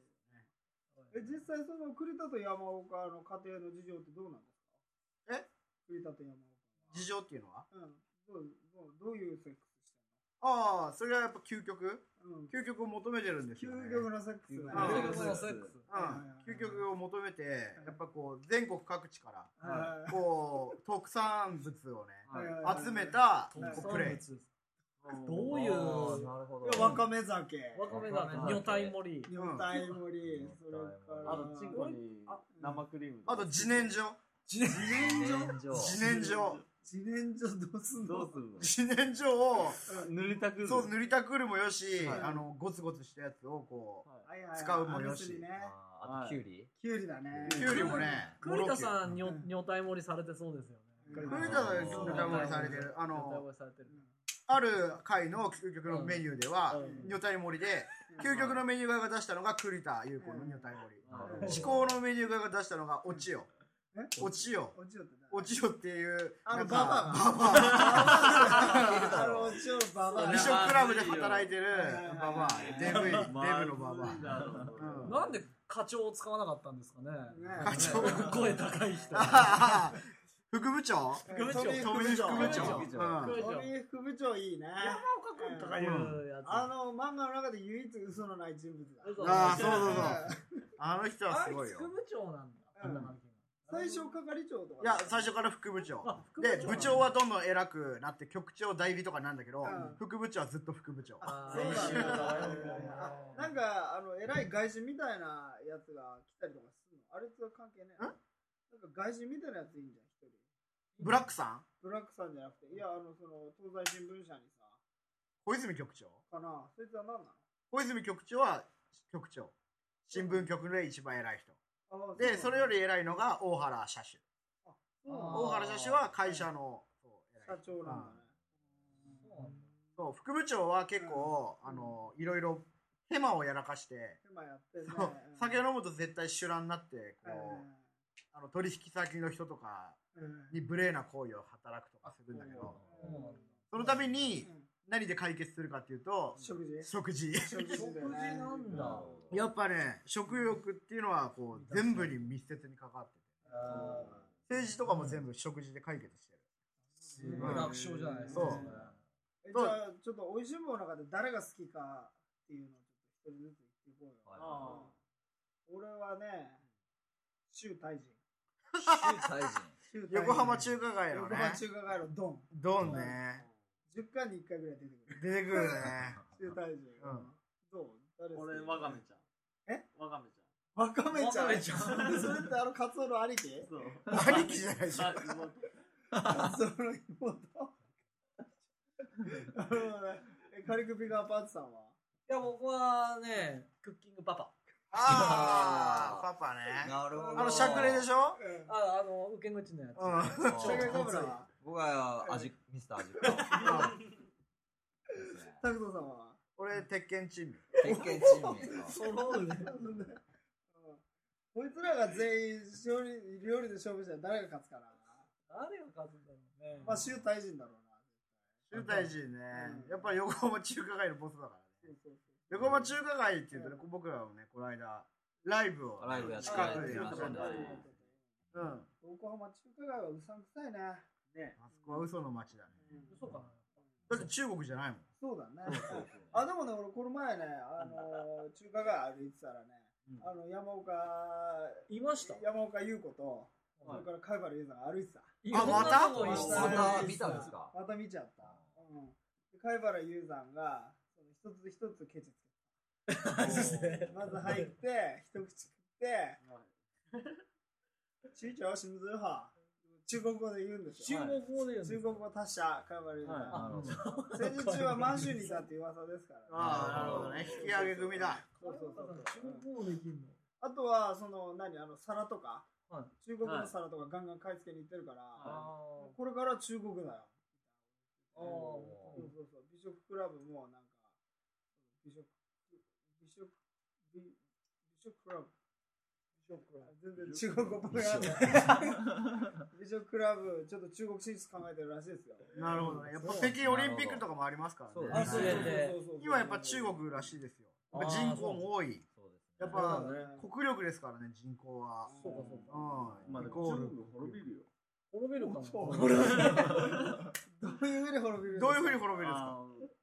Speaker 2: え実際その栗田と山岡の家庭の事情ってどうなんですか
Speaker 4: え
Speaker 2: 栗田と山
Speaker 4: 事情っていうのは
Speaker 2: 岡うんどうどうどういうセックスし
Speaker 4: ああ、それはやっぱ究極
Speaker 2: たの、うん、
Speaker 4: 究極を求めてるんですよ、ね。
Speaker 2: 究極のセックスね
Speaker 4: あ
Speaker 3: 究
Speaker 4: ー
Speaker 3: 極のセックス。
Speaker 4: うん、究極を求めて、やっぱこう、全国各地から、
Speaker 2: は
Speaker 4: こう、特産物をね、
Speaker 2: いはいはいはい
Speaker 4: 集めた
Speaker 2: はい
Speaker 4: こうプレイ。
Speaker 3: どういう
Speaker 6: あーなるほど。
Speaker 2: いやわかめ酒
Speaker 3: わかめだ
Speaker 6: わかめだ
Speaker 3: 女体盛り。
Speaker 2: 女体盛りそれから
Speaker 1: あと、チンコに生クリーム。
Speaker 4: あと、自然薯。
Speaker 6: 自然薯
Speaker 4: 自然薯。
Speaker 2: 自然薯どうすんの
Speaker 1: どうするの
Speaker 4: 自然薯を、
Speaker 1: 塗りたくる
Speaker 4: そう、塗りたくるもよし、
Speaker 1: はい
Speaker 4: あの、ゴツゴツしたやつをこ
Speaker 2: はいはいはい
Speaker 4: 使うもよ
Speaker 2: あの
Speaker 4: し
Speaker 2: 薬ね
Speaker 6: あーあとキュウリ
Speaker 2: きゅうりだね
Speaker 4: う、きゅうりもね、
Speaker 3: 栗田さん、
Speaker 2: もろ
Speaker 3: 女
Speaker 2: きゅう
Speaker 3: 女体盛りされてそうですよね。
Speaker 2: 栗
Speaker 4: ん
Speaker 2: 田
Speaker 4: 栗田
Speaker 2: さん
Speaker 4: さん、女体盛りされてる。あ
Speaker 3: 女体
Speaker 4: の
Speaker 3: 盛、りされてる。
Speaker 4: ある回の究極のメニューでは、
Speaker 3: うん
Speaker 4: 女体盛りで、究極のメニュー側が出したのが栗田優子の女体盛り。
Speaker 2: うん
Speaker 4: 至高のメニュー側が出したのがオチよ
Speaker 2: え。
Speaker 4: オチよ。
Speaker 2: 落ちよってな
Speaker 4: オチよっていう、
Speaker 2: あ
Speaker 4: な
Speaker 2: の
Speaker 4: ん
Speaker 2: ババ
Speaker 4: か、
Speaker 2: アバ バ アあの落ちよババア
Speaker 4: 美食クラブで働いてる
Speaker 2: うん
Speaker 4: ババア、デブい、デブのババ
Speaker 1: ア
Speaker 4: うん
Speaker 3: なんで課長を使わなかったんですかね。
Speaker 4: 課長
Speaker 3: 声高い人。
Speaker 4: ア。副部長
Speaker 2: 副部長
Speaker 4: 富士副部長。
Speaker 1: 副
Speaker 4: う
Speaker 1: 部長
Speaker 4: ん
Speaker 2: 鳥居副部長いいね
Speaker 3: 君とかいうやつ。
Speaker 2: あの漫画の中で唯一嘘のない人物だ
Speaker 3: 嘘
Speaker 4: あーそうそうそうあの人は
Speaker 3: あ
Speaker 4: す
Speaker 3: い
Speaker 4: ごい
Speaker 3: つ
Speaker 4: よ。
Speaker 3: 副部長なんだ。
Speaker 2: うん最初係長とか
Speaker 4: いや、最初から副部長。
Speaker 3: あ副な
Speaker 4: で、
Speaker 3: ん
Speaker 4: 部
Speaker 3: だ
Speaker 4: 長はどんどん偉くなって、局長代理とかなんだけ
Speaker 2: う
Speaker 4: ど
Speaker 2: ん、
Speaker 4: 副部長はずっと副部長。
Speaker 3: あ
Speaker 2: そう
Speaker 3: ー
Speaker 2: だね
Speaker 3: あ
Speaker 2: なんかあの偉い外人みたいなやつが来たりとかするのあれとは関係ねえなんか外人みたいなやついいんじゃん一人
Speaker 4: ブラックさん
Speaker 2: ブラックさんじゃなくていやあのその東西新聞社にさ
Speaker 4: 小泉局長
Speaker 2: かなそいつは何なの
Speaker 4: 小泉局長は局長。新聞局で一番偉い人。
Speaker 2: あ
Speaker 4: で、それより偉いのが大原社主。
Speaker 2: そうな
Speaker 3: あー
Speaker 2: の
Speaker 4: 大原社主は会社の、そう偉い
Speaker 2: 社長なんだね
Speaker 3: そうなんだ
Speaker 4: そう、副部長は結構、あの、いろいろ手間をやらかして、
Speaker 2: 手間やってんね
Speaker 4: そう
Speaker 2: うん
Speaker 4: 酒飲むと絶対酒乱になって、こ
Speaker 2: うん
Speaker 4: う、あの、取引先の人とか
Speaker 2: うん
Speaker 4: に無礼な行為を働くとかするんだけど、
Speaker 2: うん
Speaker 3: うん
Speaker 4: そのために
Speaker 2: うん
Speaker 4: 何で解決するかっていうと、
Speaker 2: 食事
Speaker 4: 食事。
Speaker 2: 食事
Speaker 3: 食事なんだ。
Speaker 4: やっぱね、食欲っていうのはこう全部に密接に関わってて、政治とかも全部食事で解決してる。
Speaker 3: 楽勝じゃないですか。
Speaker 4: そう
Speaker 2: えじゃあちょっと美味しいものの中で誰が好きかっていうのをちょっと一人ずつ言っていこうよ、
Speaker 6: は
Speaker 2: 俺はね周大人
Speaker 6: 大臣。
Speaker 2: 周大臣
Speaker 4: 横浜中華街の
Speaker 2: 横
Speaker 4: ね、
Speaker 2: 浜中華街のドン
Speaker 4: ドンね、
Speaker 2: 10巻に1回ぐらい出てくる
Speaker 4: 出てくるね。
Speaker 2: 周大人、
Speaker 4: うん
Speaker 2: どう誰好き
Speaker 1: 俺、わかめちゃん。
Speaker 2: え
Speaker 1: わかめち
Speaker 2: わかめちゃん
Speaker 3: わかめちゃん
Speaker 2: それってあのカツオの 兄貴
Speaker 1: ゃん。そう。
Speaker 4: 兄貴じゃないでしょ。
Speaker 1: あ妹
Speaker 2: カツオの 妹なるほどねえカリクピガーパンツさんはい
Speaker 3: や、僕はね、クッキングパパ。
Speaker 4: あー、パパね。
Speaker 6: なるほど。
Speaker 4: あの、しゃくれでし
Speaker 2: う
Speaker 4: ょ
Speaker 3: あ、あの、受け口のやつ。
Speaker 4: うん。 あ
Speaker 6: ょ
Speaker 2: ん社会カメラは
Speaker 6: 僕は味、ミスター味か。ですね
Speaker 2: タクトさんは
Speaker 4: 俺、鉄拳チーム。
Speaker 6: 鉄拳チームですか。
Speaker 3: 揃うね。
Speaker 2: こいつらが全員勝利料理で勝負したら誰が勝つかな。
Speaker 3: 誰が勝つんだろうね。
Speaker 2: まあ、州大人だろうな。
Speaker 4: 中大人ね、やっぱり横浜中華街のボスだからね。
Speaker 2: そうそうそう
Speaker 4: 横浜中華街っていうとね、僕らもね、この間、ライブを、
Speaker 6: ライブやって
Speaker 4: 近くでや
Speaker 2: あ
Speaker 4: っ
Speaker 2: ー
Speaker 4: たんだ
Speaker 2: そういう
Speaker 4: ね
Speaker 2: こ。と
Speaker 4: うん。あ
Speaker 2: 横浜中華街はうさんくさいね。ね。
Speaker 4: そこは嘘の街だね。
Speaker 3: 嘘かな。
Speaker 4: だって中国じゃないもん。
Speaker 2: そうだね。あ、でもね、俺この前ね、あのー、中華街歩いてたらね、あの、山岡、
Speaker 3: いました。
Speaker 2: 山岡優子と、それから貝原優さんが歩いてた。
Speaker 3: い
Speaker 4: あまた
Speaker 3: ろんなとこ一緒に
Speaker 6: また見たんですか
Speaker 2: また見ちゃった。うん。で貝原優さんが、その一つ一つケチつけてた。まず入って、一口食って、ちいちゃん、しむずるは。中国語で言うんです
Speaker 3: 中
Speaker 2: よ。
Speaker 3: 国語で言うんです
Speaker 2: 中国語達者、貝原優さん。
Speaker 1: はい
Speaker 6: なるほど
Speaker 2: 戦時中は満州にいたっていう噂ですから、
Speaker 4: ああ、なるほどね。引き上げ組だ。
Speaker 2: そうそうそう
Speaker 3: 中国語できんの。
Speaker 2: あとはその何あの皿とか、
Speaker 3: は
Speaker 2: 中国の皿とかガンガン買い付けに行ってるから、
Speaker 3: あ
Speaker 2: これから中国だよ
Speaker 3: あ
Speaker 2: そうそうそう美食クラブもなんか美食美食美美食クラブ美食クラブ全然中国語っぽくなかった美食クラブちょっと中国進出考えてるらしいですよ
Speaker 4: なるほどね。やっぱ北京オリンピックとかもありますか
Speaker 6: そう
Speaker 4: ら
Speaker 6: で
Speaker 4: ね
Speaker 6: す。ね
Speaker 4: 今やっぱ中国らしいですよ。やっぱ人口も多い。
Speaker 6: そうですね
Speaker 4: やっ
Speaker 2: そう
Speaker 4: ぱ
Speaker 2: だね
Speaker 4: 国力ですからね、人口は。
Speaker 2: そうかそうか
Speaker 4: うん。
Speaker 1: まあ
Speaker 4: イ
Speaker 1: で
Speaker 4: コ
Speaker 1: も
Speaker 4: ー
Speaker 1: 中
Speaker 4: ル
Speaker 1: 国滅びるよ。
Speaker 3: 滅びるかも。
Speaker 2: どういうふうに滅びるんですか
Speaker 4: どういうふうに滅びるんですか
Speaker 1: あの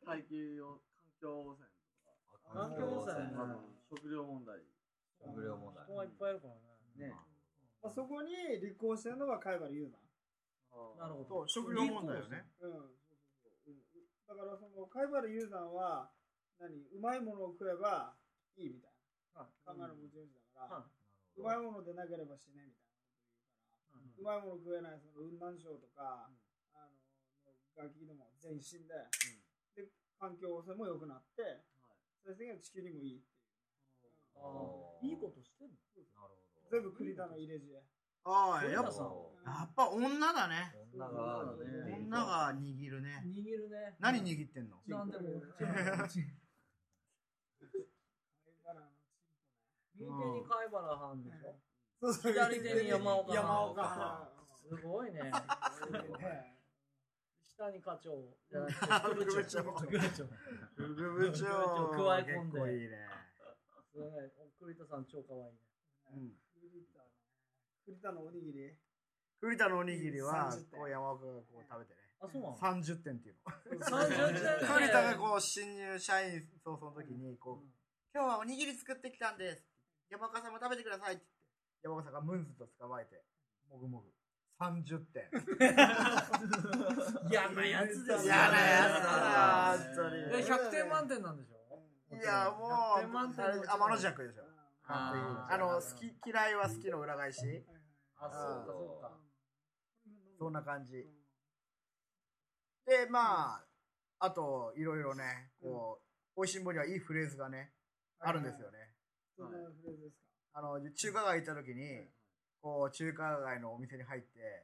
Speaker 1: 大気を環
Speaker 6: 環
Speaker 1: 境汚染
Speaker 6: 境汚染
Speaker 1: とか、あと食料問題。
Speaker 6: 食料問題
Speaker 3: 人はいっぱいいるからね。
Speaker 1: ね。
Speaker 2: まあ、そこに立候補してるのが貝原優
Speaker 3: なるほ
Speaker 4: そ
Speaker 3: ど。
Speaker 4: う、食料問題よね。
Speaker 2: さん。うん。だからその貝原優さんは何うまいものを食えばいいみたいな考えの持ち主だから、うまいものでなければ死ねみたいなこと言うから、うまいもの食えないその雲南省とか、あのガキども全身で、で環境汚染も良くなって、最終的には地球にもいいっていう。
Speaker 3: ああいいことしてんの
Speaker 2: 全部栗田の入れ知恵。
Speaker 4: ああ、
Speaker 3: 栗
Speaker 4: やっ
Speaker 3: 田
Speaker 4: ぱ
Speaker 3: さん
Speaker 4: やっぱ女だね。
Speaker 6: 女が
Speaker 4: 女が握るね。
Speaker 3: 握るね。
Speaker 4: 何握ってんの
Speaker 3: なんでも。 右手に貝原はんでしょ。
Speaker 2: そうそう
Speaker 3: 左手 に山岡
Speaker 2: 山岡
Speaker 3: すごい ね。下に課長。
Speaker 4: 副部長
Speaker 3: 副部長。
Speaker 4: 副部長
Speaker 3: 加え込んで
Speaker 4: 結構いいね。
Speaker 3: すごいね。栗田さん超可愛いね。
Speaker 4: うん
Speaker 2: 栗田のおにぎり
Speaker 4: 栗田のおにぎりは
Speaker 2: 30、点
Speaker 4: こう山岡がこう食べてね。
Speaker 3: あ、そうなの
Speaker 4: 30点っていうの。
Speaker 3: 三十点で。
Speaker 4: 栗田がこう新入社員早々の時に、こう、今日はおにぎり作ってきたんです。山岡さんも食べてくださいって言って、山岡さんがムンズと捕まえて、もぐもぐ。30点。
Speaker 3: 嫌なやつです
Speaker 4: 嫌なや
Speaker 3: だ
Speaker 4: つだな、本当
Speaker 3: で、
Speaker 4: に。
Speaker 3: 100点満点なんでしょ
Speaker 4: いや、もう、
Speaker 3: 100満点のうち
Speaker 4: 天の弱でしょ。完璧
Speaker 6: あ
Speaker 4: に
Speaker 6: ー
Speaker 4: あの、好き、嫌いは好きの裏返し。
Speaker 3: あ、そうか、そうか。
Speaker 4: そんな感じ。で、まあ、あと、いろいろね、こう、美味しんぼにはいいフレーズがね、あるんですよね。
Speaker 2: そんなフレーズですか
Speaker 4: あの、中華街行った時に、こう、中華街のお店に入って、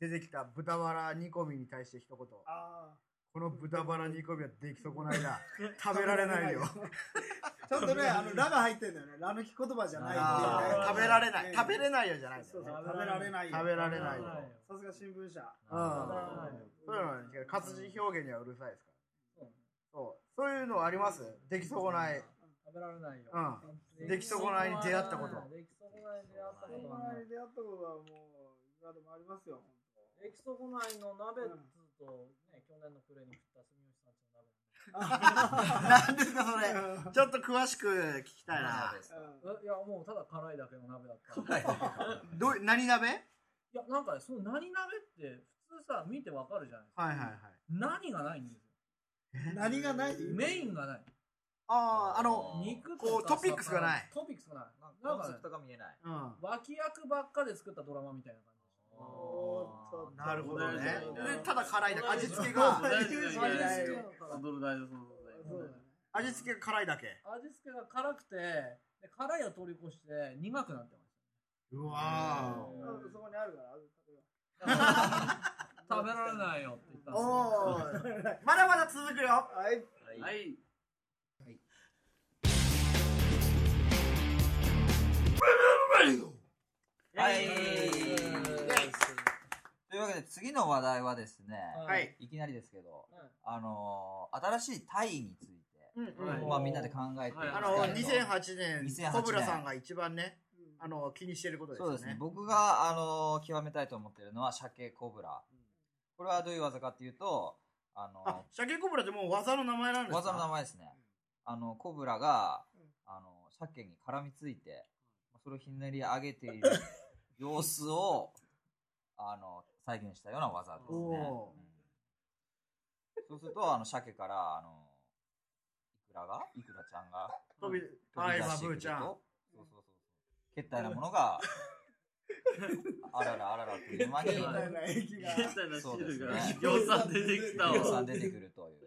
Speaker 4: 出てきた豚バラ煮込みに対して一言、こ
Speaker 2: あ
Speaker 4: の豚バラ煮込みは出来損ない だ。食べられないよ。
Speaker 2: あちょっとねあのラが入ってんだよねラ抜き言葉じゃないっていう
Speaker 4: あー食べられない。食べ
Speaker 2: ない
Speaker 4: れないよじゃないんだ
Speaker 2: そ
Speaker 4: よ
Speaker 2: う
Speaker 4: ね
Speaker 2: そう。食べられないよ
Speaker 4: 食べられないよ。
Speaker 2: さすが新聞社
Speaker 4: うん。
Speaker 2: られない
Speaker 4: そういうのはね活字表現にはうるさいですから。そう。そういうのあります出来損ない。
Speaker 3: 食べられないよ。
Speaker 4: うん出来損ないに出会ったこと
Speaker 3: 出来損ないに出会った
Speaker 2: その
Speaker 3: ことは
Speaker 2: 前
Speaker 3: ね
Speaker 2: に。出会ったことはもういくらでもありますよ
Speaker 3: 出来損ないの鍋っつうと、ね、去年の暮れに食った住吉さんちの鍋。
Speaker 4: 何ですかそれ。ちょっと詳しく聞きたいな。
Speaker 2: う
Speaker 3: えいや、もうただ辛いだけの鍋だった。い
Speaker 4: どう、何鍋はい
Speaker 3: や、なんかね、その何鍋って普通さ、見てわかるじゃないですか。
Speaker 4: はいはい。
Speaker 3: 何がないんですよ。
Speaker 2: ん何がない
Speaker 3: メインがない。
Speaker 4: ああ、あの、
Speaker 3: 肉と
Speaker 4: こう
Speaker 3: か
Speaker 4: トピックスがない
Speaker 3: 魚トピックスがない。な
Speaker 6: コン
Speaker 3: んか
Speaker 6: セ
Speaker 3: ね
Speaker 6: プトが見えない
Speaker 4: うん。
Speaker 3: 脇役ばっかで作ったドラマみたいな感じでしたね。
Speaker 4: なるほどね。
Speaker 1: 同じだよね
Speaker 4: でただ辛いだけ。味付け
Speaker 1: 同
Speaker 4: が、
Speaker 1: じだよね
Speaker 3: 味付けが辛い
Speaker 1: ドル大丈夫
Speaker 2: そうだね
Speaker 4: 味付けが辛いだけ。
Speaker 3: 味付けが辛くて、で辛いを通り越して苦くなってまし
Speaker 4: うわ
Speaker 2: あそこにあるから
Speaker 3: た。食べられないよって言ったん
Speaker 4: ー
Speaker 3: ですよ。
Speaker 4: おーまだまだ続くよ。
Speaker 2: はい
Speaker 1: はい。
Speaker 6: はい
Speaker 1: イエーイ
Speaker 6: という
Speaker 5: いうわけで、次の話題はですね、
Speaker 4: は
Speaker 3: はいい。
Speaker 5: いきなりですけど、
Speaker 3: はい
Speaker 5: あのー新しいタイについて、
Speaker 4: うんうん
Speaker 3: はい
Speaker 5: まあみんなで考えていきたいと
Speaker 4: あの2008
Speaker 5: 2008
Speaker 4: 年
Speaker 5: 年
Speaker 4: コブラさんが一番ねあの気にしてることです
Speaker 5: そう
Speaker 4: よ
Speaker 5: ですね
Speaker 4: ね。
Speaker 5: 僕が、あのー極めたいと思ってるのは、鮭コブラ。これはどういう技かっていうと、あのー
Speaker 4: あ、鮭コブラってもう技の名前なんですか。
Speaker 5: 技の名前ですね。あの、コブラが、あの、鮭に絡みついて、それをひねり上げてい る様子を、あの、再現したような技ですね。
Speaker 4: おー
Speaker 5: うんそうすると、あの、鮭から、あの、イクラが、イクラちゃんが、
Speaker 4: 飛び
Speaker 5: 飛
Speaker 4: は
Speaker 5: び
Speaker 4: い
Speaker 5: 出
Speaker 4: ま
Speaker 5: して
Speaker 4: ブ
Speaker 5: く
Speaker 4: ー
Speaker 5: る
Speaker 4: ちゃん。
Speaker 5: と、そうそうそうそう。決体なも のが、あららあららという間に、
Speaker 2: みたいな駅が。
Speaker 1: 変態なシールが
Speaker 5: そうですね
Speaker 1: ぎょうさん出てきた
Speaker 5: 企業さ
Speaker 1: わ
Speaker 5: ん出てくるという、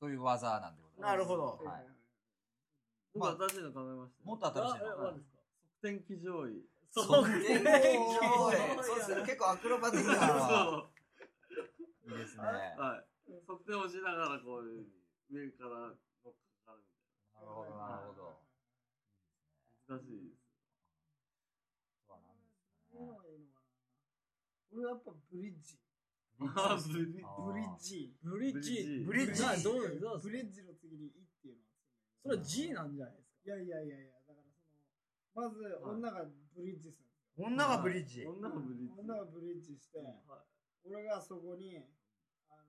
Speaker 5: そういう技なんでございます。
Speaker 4: なるほど
Speaker 5: はい。
Speaker 1: 僕新しいの考えました
Speaker 5: もっと新しいの。
Speaker 1: ですか天気上位
Speaker 5: そう
Speaker 1: そう
Speaker 5: ですね。そうですね。結構アクロバティックなのが
Speaker 1: はい
Speaker 5: いですね。
Speaker 1: い測定をしながらこういう上から乗っかかる
Speaker 5: なるほど、なるほど。
Speaker 1: 難しいです
Speaker 5: そうなんです
Speaker 2: そういう
Speaker 5: ね
Speaker 2: のがいいのかな俺はやっぱブリッジ。
Speaker 1: あーブリ
Speaker 5: あー
Speaker 2: ブリッジ。
Speaker 3: ブリッジ。
Speaker 1: ジ
Speaker 4: ブリッジ
Speaker 3: などうどう
Speaker 2: ブリッジの次に「い」っていうのは
Speaker 3: それは G なんじゃないですか。
Speaker 2: いやいやいやいや、だからその、まず女がブリッジする。
Speaker 4: 女がブリッジ。
Speaker 1: 女のブリッジ
Speaker 2: 女がブリッジして、俺がそこに、あの、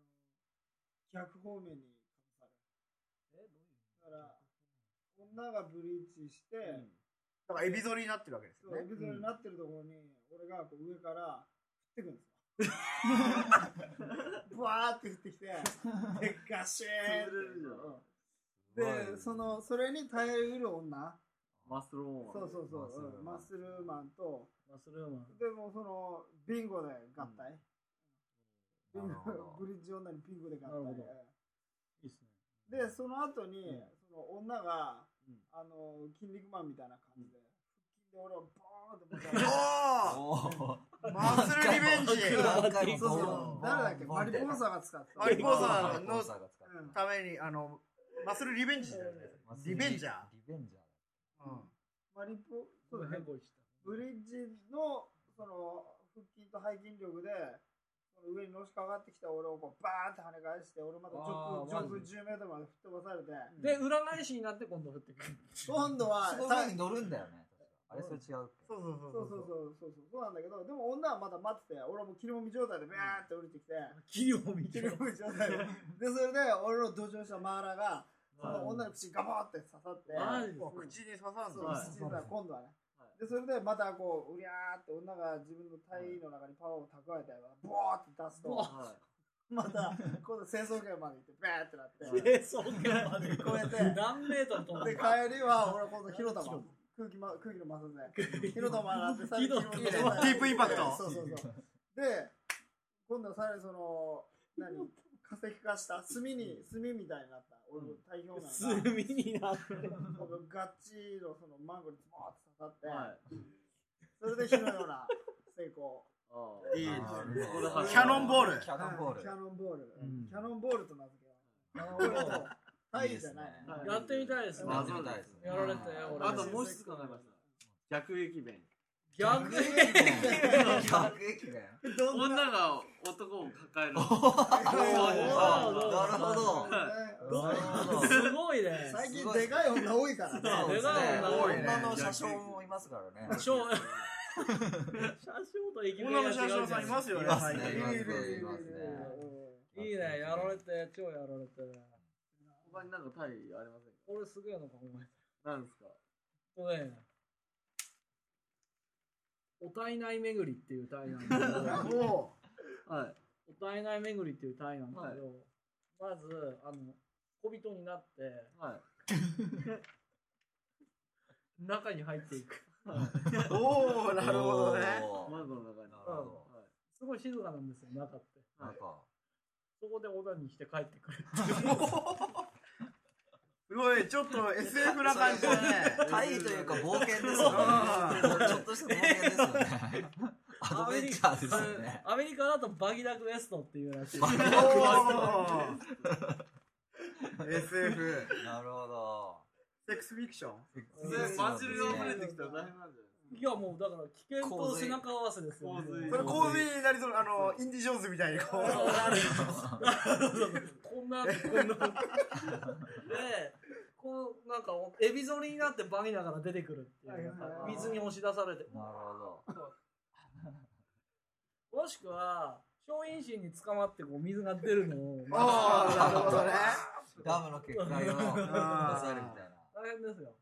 Speaker 2: 逆方面にかぶさる。だから、女がブリッジして、
Speaker 4: だからエビ反りになってるわけです
Speaker 2: そ
Speaker 4: よ
Speaker 2: うエ
Speaker 4: ね。
Speaker 2: ビゾになってるところに、俺がこう上から降ってくるんですよ。ブワーって降ってきて、でガシーンって
Speaker 1: 崩れるじゃん
Speaker 2: うん
Speaker 5: すごいですね
Speaker 2: で、その、それに耐えうる女、
Speaker 1: マスローン
Speaker 2: そうそうそう、うんマ
Speaker 5: マ
Speaker 2: ッ
Speaker 5: ッ
Speaker 2: ス
Speaker 5: ス
Speaker 2: ルマンと、
Speaker 3: まあそれはまあ。
Speaker 2: でもその、ビンゴで合体。ビン
Speaker 5: なるほど
Speaker 2: ゴブリッジ女にビンゴで合
Speaker 3: なる
Speaker 2: 体
Speaker 3: ほど。いいっすね。
Speaker 2: で、その後に、
Speaker 3: うん
Speaker 2: その女が、
Speaker 3: うん
Speaker 2: あの、筋肉マンみたいな感じで、腹筋で俺をボーンって持ち上げて
Speaker 4: お
Speaker 5: おー
Speaker 4: おマッスルリベンジ
Speaker 5: 何 回も
Speaker 2: そう
Speaker 5: ボ
Speaker 2: そ
Speaker 5: ン
Speaker 2: う、誰だっけ
Speaker 5: ボン
Speaker 2: マリポーサが使ってた。
Speaker 4: マリポーサ
Speaker 5: マリポーサが使って
Speaker 2: うん
Speaker 4: ために、あの、マッスルリベンジじゃないですか
Speaker 5: マス
Speaker 4: リベンジャー。
Speaker 5: リベンジャー。
Speaker 4: うん
Speaker 2: マリポ、そうだね
Speaker 3: 変。更した。
Speaker 2: ブリッジの、その、腹筋と背筋力で、その上にのしかかってきた俺をこうバーンって跳ね返して、俺また上空
Speaker 5: あ
Speaker 2: 上
Speaker 5: ー
Speaker 2: 空
Speaker 5: マ
Speaker 2: 10メートルまで吹っ飛ばされて、
Speaker 3: で、裏返しになって今度降ってくる。
Speaker 2: 今度は、
Speaker 5: そこ
Speaker 2: た
Speaker 5: 上に乗るんだよね。あれ、それ違うっけ
Speaker 4: そうそう
Speaker 2: そうそうそうそうそうそうなんだけど、でも女はまだ待ってて、俺はもう切りもみ状態でビャーって降りてきて、
Speaker 3: 企業みた
Speaker 2: 切
Speaker 3: い
Speaker 2: り
Speaker 3: な。
Speaker 2: もみ状態で、で、それで俺の同情したマーラが、その女の口にガボーって刺さって、
Speaker 3: マジ
Speaker 4: うわ口に刺さん
Speaker 2: そう、
Speaker 4: ぞ。
Speaker 1: はい
Speaker 2: 土が今度はね
Speaker 1: は。
Speaker 2: で、それでまたこう、うりゃーって女が自分の体の中にパワーを蓄えて、ボーって出すと、
Speaker 1: は
Speaker 2: また今度清掃圏まで行って、ベーってなって、
Speaker 3: 清掃圏ま で越
Speaker 2: 超えて
Speaker 3: 何メートル飛ん
Speaker 2: で、
Speaker 3: で
Speaker 2: 帰りは俺今度広玉、空気,、ま、空気の摩擦で、広玉洗って、さらに広
Speaker 3: 広
Speaker 4: 玉
Speaker 2: 玉
Speaker 4: ディープインパクト
Speaker 2: そうそうそう。で、今度はさらにその、何化石化した炭に、炭みたいになった、俺の体表面が、
Speaker 3: 炭になって
Speaker 2: ガッチのそのマンゴーにズボーって刺さって、
Speaker 1: いはい
Speaker 2: それで火のような成功。
Speaker 1: あー
Speaker 4: いい
Speaker 5: あー
Speaker 4: キャノンボール
Speaker 5: キャノンボール。
Speaker 2: キャノンボール。
Speaker 5: うん
Speaker 2: キャノンボールと名付けよう。
Speaker 3: ボール
Speaker 2: タイ
Speaker 5: いい
Speaker 2: ル
Speaker 5: で
Speaker 2: じゃ
Speaker 5: す
Speaker 2: ない。
Speaker 5: ね
Speaker 1: はい
Speaker 3: やってみたいですね
Speaker 5: やってみたいですね。
Speaker 3: やられたよ俺
Speaker 1: あともう一つ考えました逆撃弁
Speaker 3: 逆に
Speaker 5: 逆駅弁。
Speaker 1: 女が男を抱える
Speaker 5: あ
Speaker 3: おー
Speaker 5: なるほど。
Speaker 2: ど
Speaker 5: な
Speaker 2: う
Speaker 5: るほど。
Speaker 3: すごいね
Speaker 2: 最近でかい女多いからね。
Speaker 5: そうですね
Speaker 3: 多いね
Speaker 5: 女の車掌もいますからね。
Speaker 3: ショー車掌と駅弁
Speaker 4: 女の車掌さんいますよね、
Speaker 5: います
Speaker 4: 最
Speaker 5: ね
Speaker 4: 近。
Speaker 5: いますねいますね
Speaker 3: いいねやられて超やられて
Speaker 1: 他になんかタイありませんか
Speaker 3: 俺すげえのかお前
Speaker 1: なんですか
Speaker 3: これねお体内巡りっていう体なんだけ ど
Speaker 4: も
Speaker 1: はい
Speaker 3: お体内巡りっていう体なんだけど、まずあの小人になって
Speaker 1: はい
Speaker 3: 中に入っていく
Speaker 4: う、おおなるほどね。
Speaker 5: おー
Speaker 1: マンゴーの中に
Speaker 5: なるほど
Speaker 1: はい
Speaker 3: すごい静かなんですよ中って
Speaker 5: なんか、
Speaker 3: そこでオナニーして帰ってくる
Speaker 4: すごい、ちょっと SF な感じだね。
Speaker 5: タイというか冒険です
Speaker 4: う
Speaker 5: よね。ちょっとした冒険ですよね。アドベンチャーですよね。
Speaker 3: アメリカだとバギダクエストっていう らしい
Speaker 5: バギダク
Speaker 4: おー SF。
Speaker 5: なるほど。
Speaker 4: セックスフィクション
Speaker 1: それマジルが溢れてきたら大変なんじゃないですか
Speaker 3: いやもうだから危険と背中合わせですよ、ね。
Speaker 1: 洪水
Speaker 4: それ洪水になりそうな、あの、インディ・ジョーンズみたいにこう。
Speaker 3: こんな、こんな。で、こう、なんか、エビ反りになってバニラから出てくるっていう。やっぱ水に押し出されて。
Speaker 6: なるほど。
Speaker 3: もしくは、松陰神に捕まってこう水が出るのを。
Speaker 4: ああ、なるほどね。
Speaker 5: ダムの決壊を出
Speaker 4: あー
Speaker 5: されるみたいな。
Speaker 3: 大変ですよ。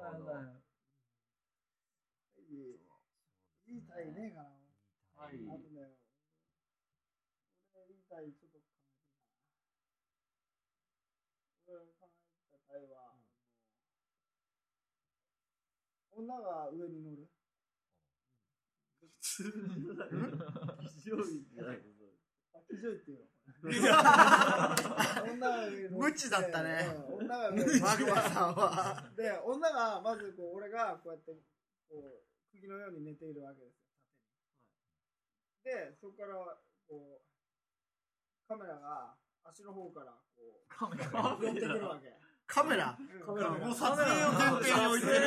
Speaker 5: なるほど。
Speaker 2: 言いたいねえかな。
Speaker 1: はい
Speaker 2: あとね、俺言いたいちょっと考えてみた俺考えてたいは、 女が上に乗る。
Speaker 1: 日曜日じゃない
Speaker 2: 非常っていうの。女が上に乗って
Speaker 4: 無知だったね。
Speaker 2: うん女が上に乗って
Speaker 4: マグマさんは。
Speaker 2: で、女がまずこう、俺がこうやって、こう、釘のように寝ているわけですよ、縦に。で、そこから、こう、カメラが足の方から、こう、寄ってくるわけ。
Speaker 4: カメラ。
Speaker 2: うん
Speaker 3: カメラが
Speaker 4: もう撮影を前提に置いてる。
Speaker 2: で、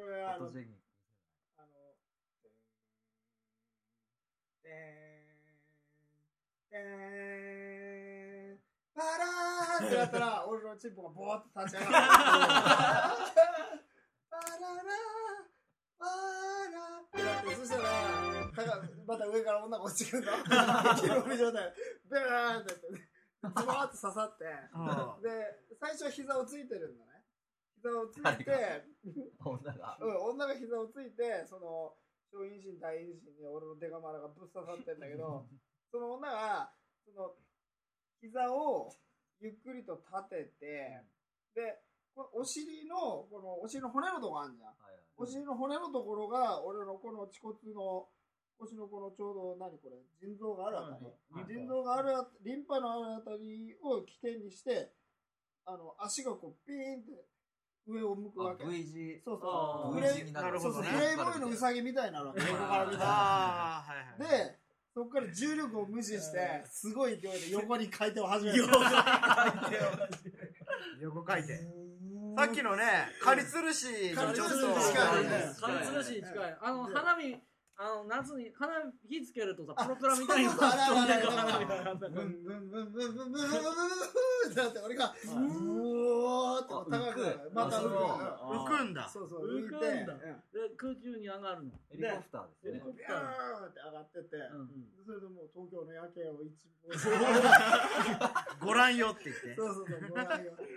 Speaker 2: これはあ
Speaker 5: フォ
Speaker 2: の
Speaker 5: ト、ジェニック
Speaker 2: あの、でーん、でーん、パラーってなったら、俺のチンポがボーって立ち上がる。パララパラってなって、そしたら、ただまた上から女が落ちてくるの。 気のみ状態。ベーンってやって、ズボーって刺さって、
Speaker 4: うん
Speaker 2: で、最初は膝をついてるんだね。膝をついて、
Speaker 5: 女が。
Speaker 2: うん、女が膝をついて、その、小陰唇、大陰唇に俺のデカマラがぶっ刺さってんだけど、その女が、その、膝をゆっくりと立てて、で、このお尻の、この、お尻の骨のとこあるじゃん。お尻の骨のところが、俺のこの恥骨の、腰のこのちょうど、何これ、腎臓があるあたり、腎臓があるあたり、リンパのあるあたりを起点にして、あの、足がこう、ピーンって上を向くわけ
Speaker 5: あ。V 字。
Speaker 2: そうそう。
Speaker 5: V
Speaker 2: グレイ
Speaker 5: 字になって
Speaker 4: なる
Speaker 2: そ
Speaker 4: ほ
Speaker 2: うそ
Speaker 4: ど
Speaker 2: う、
Speaker 4: ね
Speaker 2: プレイボーイのウサギみたいなの、横から見たら。
Speaker 4: ああ、はいはい。
Speaker 2: で、そこから重力を無視して、すごい勢いで横に回転を始める。
Speaker 4: 横回転。さっきのね、カリツルシにちょっと
Speaker 2: カリツルシ
Speaker 3: カ
Speaker 2: 近
Speaker 3: リ
Speaker 2: いね
Speaker 3: スらしい近い。あの、
Speaker 2: うん
Speaker 3: 花火、あの、夏に、花火つけるとさ、プロペラみたいな。
Speaker 2: あらららら
Speaker 3: 花火が
Speaker 2: ブンブンブンブンブンブンブンブンブンブンブンってなって、俺が、うおーってこう高く、また浮く。
Speaker 4: 浮くんだ。
Speaker 2: そうそう、浮いて、
Speaker 3: 浮くんだで、空中に上がるの。
Speaker 5: ヘリコプターで
Speaker 3: ヘリ
Speaker 5: すよね。
Speaker 3: コプ
Speaker 2: ビ
Speaker 3: ターの。
Speaker 2: ャーって上がってて、
Speaker 3: うん
Speaker 2: それでもう東京の夜景を一望して、
Speaker 4: ご覧よって言って。
Speaker 2: そうそうそう、ご覧よって。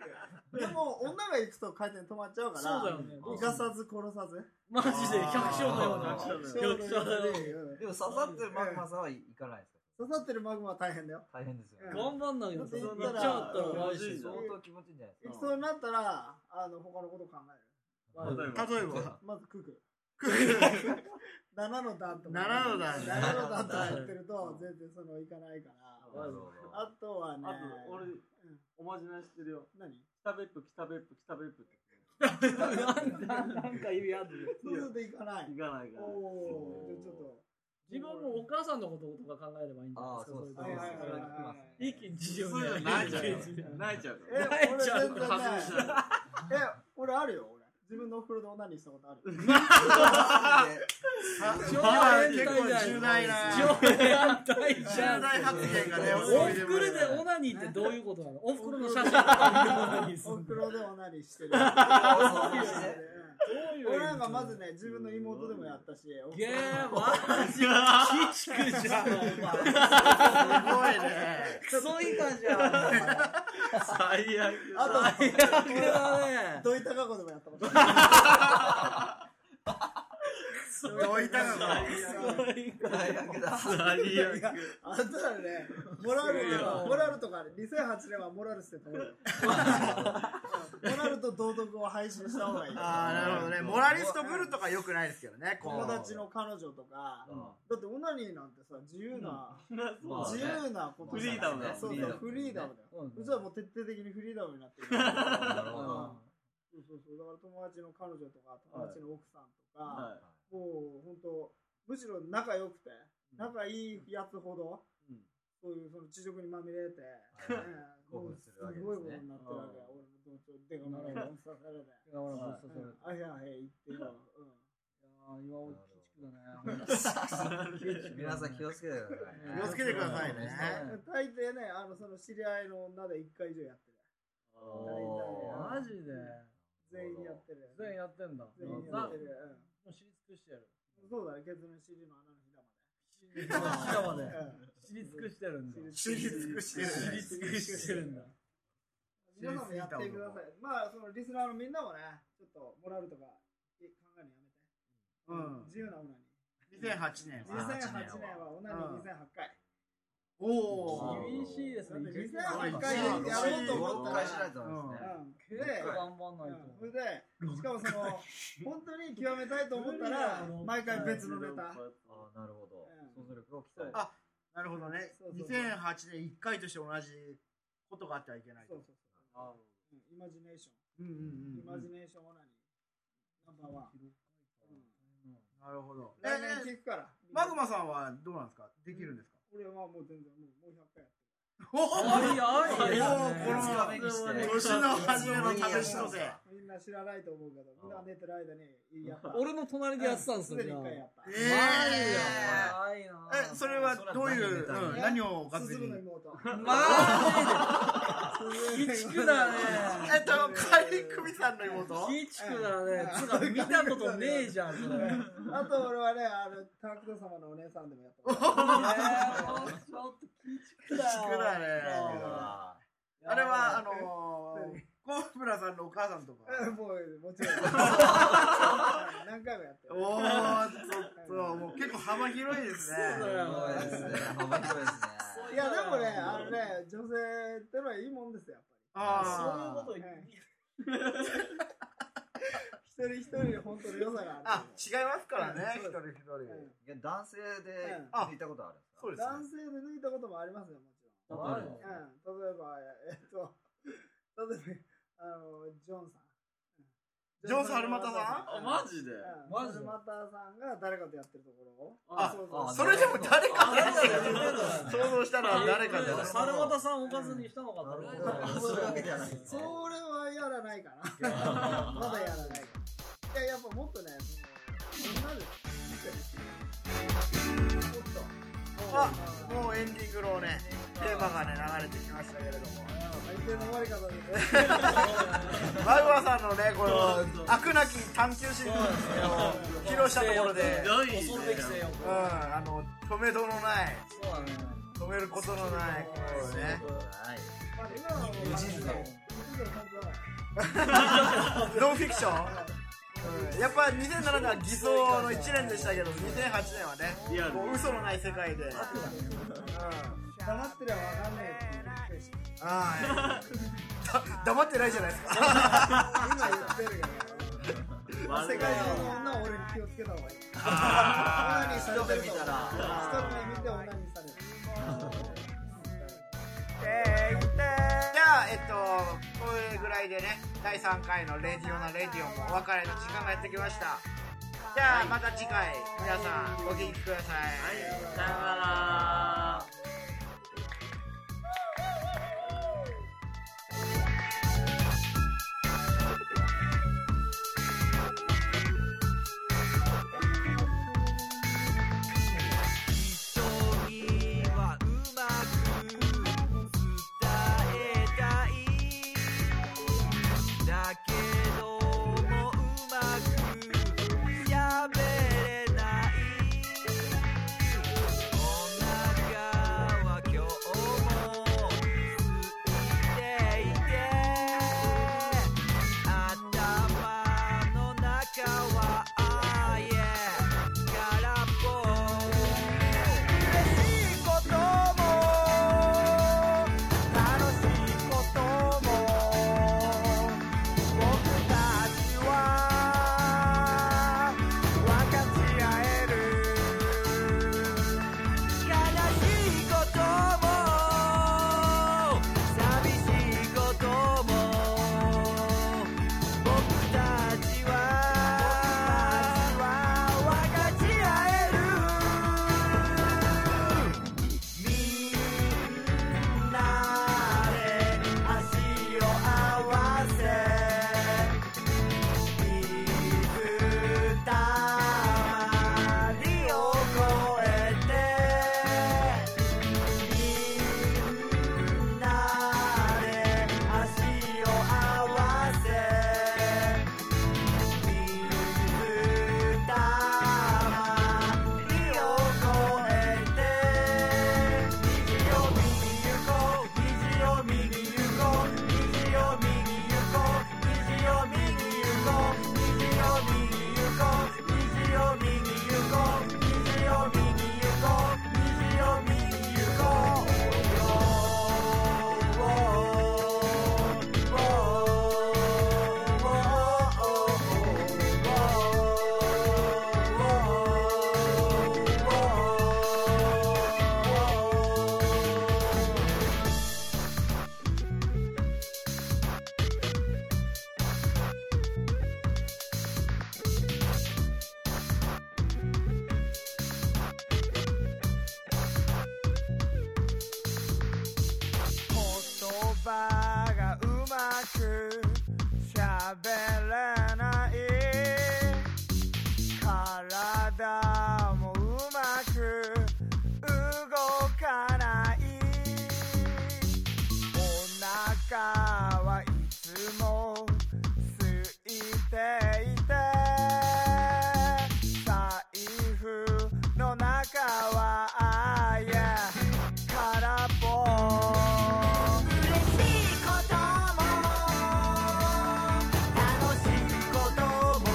Speaker 2: でも、女が行くと回転止まっちゃうから、
Speaker 3: そうだよね。
Speaker 2: 生かさず殺さず。
Speaker 3: マジで百姓のような
Speaker 5: あー
Speaker 3: 百
Speaker 2: 将
Speaker 3: 姓のような。
Speaker 5: でも刺さってるマグマさんはいかないですか
Speaker 2: 刺さってるマグマは大変だよ。
Speaker 5: 大変ですよね。
Speaker 3: 頑張んなきゃ、
Speaker 2: だって
Speaker 3: そ
Speaker 2: 言った
Speaker 3: んな
Speaker 2: ら
Speaker 3: っちゃったら怖い
Speaker 1: うん
Speaker 3: し。
Speaker 5: 相当気持ちいいんじゃないで
Speaker 2: 行き
Speaker 5: すか
Speaker 2: そうになったら、あの、他のこと考え
Speaker 1: 例えば
Speaker 4: 例えば、
Speaker 2: る。まずクク。
Speaker 4: クク
Speaker 2: 7の段とか。
Speaker 4: 7の段ね
Speaker 2: 7の段とかやってると、全然その、いかないから。
Speaker 1: なる
Speaker 2: あとはね、
Speaker 1: あと俺おまじないしてるよ
Speaker 2: 何
Speaker 1: 北別府北別府北別府って
Speaker 3: なんか意味あるよ。
Speaker 2: そうするといかない。
Speaker 1: 行かないから
Speaker 2: おー、じゃあちょっと。
Speaker 3: 自分のお母さんのこととか考えればいいんじゃないですか、
Speaker 5: あー
Speaker 3: そういうと
Speaker 5: そう
Speaker 2: はい
Speaker 5: で
Speaker 2: はいはいはい
Speaker 5: すそう
Speaker 3: 一気に事情
Speaker 1: そういうの
Speaker 3: に
Speaker 1: 泣いちゃうよ
Speaker 3: 一気 に
Speaker 1: 泣いちゃう
Speaker 2: え、
Speaker 1: から
Speaker 2: 俺
Speaker 3: ちゃう
Speaker 2: 全然
Speaker 1: 発
Speaker 2: な
Speaker 1: 信
Speaker 2: い
Speaker 1: し。ちゃ
Speaker 2: え、
Speaker 1: う
Speaker 2: 俺あるよ、俺。自分のお袋で女にしたことある。
Speaker 4: まあ結構重大な、
Speaker 3: 情変反対じゃん。
Speaker 4: 重大発言がね、
Speaker 3: お
Speaker 4: 多い
Speaker 3: ふ
Speaker 4: で
Speaker 3: くろでオナニーってどういうことなのおふくろの写真とかオナニーする
Speaker 2: お
Speaker 3: の
Speaker 2: 袋で女にしてる。
Speaker 3: どういう
Speaker 2: 俺なんかまずね、自分の妹でもやったし、お
Speaker 3: ゲ
Speaker 2: 袋
Speaker 3: ーマジ鬼畜じゃん、お前。
Speaker 4: すごいね。
Speaker 3: クソ以下じゃん。
Speaker 1: 最悪
Speaker 2: あと、
Speaker 3: これだね。
Speaker 2: 土井高子でもやったこと
Speaker 4: どういったのか。
Speaker 5: 大悪だ。
Speaker 1: 最悪
Speaker 2: あんたらね、モラルは、モラルとかある。2008年はモラルしてた俺モラルと道徳を配信した方がいい。
Speaker 4: ああ、なるほどね。モラリストブルとか良くないですけどね、こ
Speaker 2: 友
Speaker 4: う。
Speaker 2: 達の彼女とか、だってオナニーなんてさ、自由な、
Speaker 5: まあ
Speaker 2: 自
Speaker 5: ね
Speaker 2: 由なこと
Speaker 1: フリーダムだよ
Speaker 2: そう
Speaker 5: フリ
Speaker 2: そう、
Speaker 5: ーダム
Speaker 2: フリーダムだよ。
Speaker 3: うん
Speaker 2: うちはもう徹底的にフリーダムになってるから。
Speaker 5: なるほど。
Speaker 2: そうそうそう、だから友達の彼女とか、友達の奥さんとか、
Speaker 1: は
Speaker 2: もう本当、むしろ仲良くて、仲いいやつほど、
Speaker 1: うん
Speaker 2: そういうその地獄にまみれて、
Speaker 6: はい
Speaker 2: ね
Speaker 6: 興
Speaker 2: も
Speaker 6: 奮
Speaker 2: うす
Speaker 6: す
Speaker 2: ご
Speaker 6: るわけ
Speaker 2: い
Speaker 6: ですね
Speaker 2: ことになってるわけよ。俺のどんちょでかまらんさされて。
Speaker 3: だからもうそうそ
Speaker 2: うん
Speaker 3: う
Speaker 2: あへあへ言ってよ。
Speaker 3: いやー岩尾鬼畜 だね
Speaker 6: 皆さん気をつけてくださいね。
Speaker 4: 気をつけてくださいね
Speaker 2: うん大抵ね、あのその知り合いの女で一回以上やってる。
Speaker 6: おー
Speaker 3: マジで
Speaker 2: 全員やってる。
Speaker 3: 全員やってんだ
Speaker 2: 全員やってる。
Speaker 3: もう知り尽くしてやる
Speaker 2: うんそうだね、ケツの尻の穴のひらま
Speaker 3: 知ま
Speaker 2: で。
Speaker 3: で
Speaker 2: うん
Speaker 3: 知り尽くしてるんだ
Speaker 4: 知り尽くしてる
Speaker 3: 知り尽くしてるんだ
Speaker 2: 皆さんもやってください。まあ、そのリスナーのみんなもね、ちょっとモラルとかえ考えるのやめて。
Speaker 4: うん
Speaker 2: 自由なオナニー。
Speaker 4: 2008年は
Speaker 2: 2008年はオナニー2008回。
Speaker 4: おお
Speaker 3: 厳しいです
Speaker 2: だっ
Speaker 3: ね
Speaker 2: て2008
Speaker 3: 2008
Speaker 2: 回やろうと思ったら、
Speaker 6: しないとダメですね。
Speaker 2: うん、で、
Speaker 3: 結構頑張んない
Speaker 2: うんそれ
Speaker 3: と
Speaker 2: で、しかもその、本当に極めたいと思ったら、毎回別のネ
Speaker 6: あ
Speaker 2: タ。
Speaker 6: あ、なるほど
Speaker 2: うん。
Speaker 6: 想像力を鍛え
Speaker 4: あなるほどね
Speaker 2: そうそうそう
Speaker 4: 2008年1回として同じことがあってはいけないと
Speaker 2: そうそうそう。うんイマジネーション。イ
Speaker 4: うんうんうんう
Speaker 2: マ
Speaker 4: ん
Speaker 2: ジネーションオナニー。ナンバーワン。うん
Speaker 4: なるほど
Speaker 2: 来年聞くから。
Speaker 4: マグマさんはどうなんですかできるんですか
Speaker 2: 俺はもう全然、もうもう100回やってる。
Speaker 3: 早い早い
Speaker 4: おーこの
Speaker 5: 二日目にして
Speaker 4: 年の初めの試し ので
Speaker 2: みんな知らないと思うけど、みんな寝てる間に、やっぱ。
Speaker 3: 俺の隣でやってたんです
Speaker 2: す
Speaker 3: よ
Speaker 2: で
Speaker 3: じ
Speaker 2: に一
Speaker 3: ゃあ
Speaker 2: 回やった。
Speaker 4: え
Speaker 3: マジや早い
Speaker 4: え
Speaker 3: な
Speaker 4: それはどういう
Speaker 6: それは何をネタに
Speaker 4: うん何をおかず
Speaker 2: 鈴
Speaker 4: に
Speaker 2: の妹。
Speaker 3: マジで鬼畜だね
Speaker 4: えっとカリクミさん の妹
Speaker 3: 鬼畜だねつうか見たことねえじゃんそれ
Speaker 2: あと俺はね、あの、タクト様のお姉さんでもやった。
Speaker 3: えーもうちょっと鬼畜だよ
Speaker 4: 鬼畜だね
Speaker 6: あ
Speaker 4: あれはあのーコンプラさんのお母さんとか
Speaker 2: もう、もち ろん。何回もやってる。
Speaker 4: おーちょっともう結構幅広いですね
Speaker 3: そうだよ
Speaker 6: あ。すごいですね。幅広いですね。
Speaker 2: いや、でもね、あのね、女性ってのはいいもんですよ、やっ
Speaker 4: あー
Speaker 3: そういう
Speaker 2: ぱ
Speaker 3: こと言
Speaker 2: り。一人一人、本当に良さがあ
Speaker 4: あ
Speaker 2: る。
Speaker 4: 違いますからね
Speaker 2: うん
Speaker 4: 一
Speaker 6: いや
Speaker 4: 人一人
Speaker 6: 男性で
Speaker 2: うん
Speaker 6: 聞いたことあるんですか
Speaker 4: そうです
Speaker 2: 男
Speaker 4: ね
Speaker 2: 性で抜いたこともありますよ、もちろん。
Speaker 3: ある
Speaker 2: うん、例えば、えっと、例えば、あの、ジョンさん。
Speaker 4: ジョンサルマタさ
Speaker 2: う
Speaker 4: ん
Speaker 1: あ、マジで
Speaker 2: うん
Speaker 3: マジ
Speaker 2: サルマタさんが誰かとやってるところを。
Speaker 4: あ
Speaker 2: そう
Speaker 6: あ
Speaker 4: それでも誰か
Speaker 3: 誰かだよ
Speaker 4: 想像したら誰かじゃない
Speaker 3: 猿又さんおかずにしたのかと思った
Speaker 6: なるほどそういうわけではない
Speaker 2: それはやらないかな。 まだやらないかな。いや、やっぱもっとね、その、みんなで、見てる。もっと。
Speaker 4: あもうエンディングのねテーマがね流れてきましたけれども
Speaker 2: 相手の終わり方で。
Speaker 4: マグマさんのねこの飽くなき探求心を披露したところでうん
Speaker 1: いね
Speaker 3: 恐るべき性欲
Speaker 4: あの止めどのない
Speaker 3: そうだね
Speaker 4: 止めることのないこれね
Speaker 6: はい。
Speaker 2: まあ、今の話で、一時本当だ。
Speaker 4: ノンフィクション、うんやっぱ2007年は偽装の1年でしたけど2008年はね
Speaker 1: リアル。
Speaker 4: もう嘘のない世界で、うん、
Speaker 2: 黙ってりゃわかんねえって言ってるし
Speaker 4: あーだ黙ってないじゃないですか
Speaker 2: 今言ってるけど。
Speaker 1: マジ
Speaker 2: 世
Speaker 1: で
Speaker 2: 界中の女は俺に気をつけた方がいい。
Speaker 4: あ
Speaker 2: ー
Speaker 6: 一目見たら
Speaker 2: 人目見て女にされる。
Speaker 4: じゃあえっとこれぐらいでね第3回の「レディオなレディオ」もお別れの時間がやってきましたじゃあまた次回皆さんお聞きください、
Speaker 1: さよなら。
Speaker 7: 人にはうまく伝えたい」「だけどもうまくしゃべれない」「お腹
Speaker 2: 体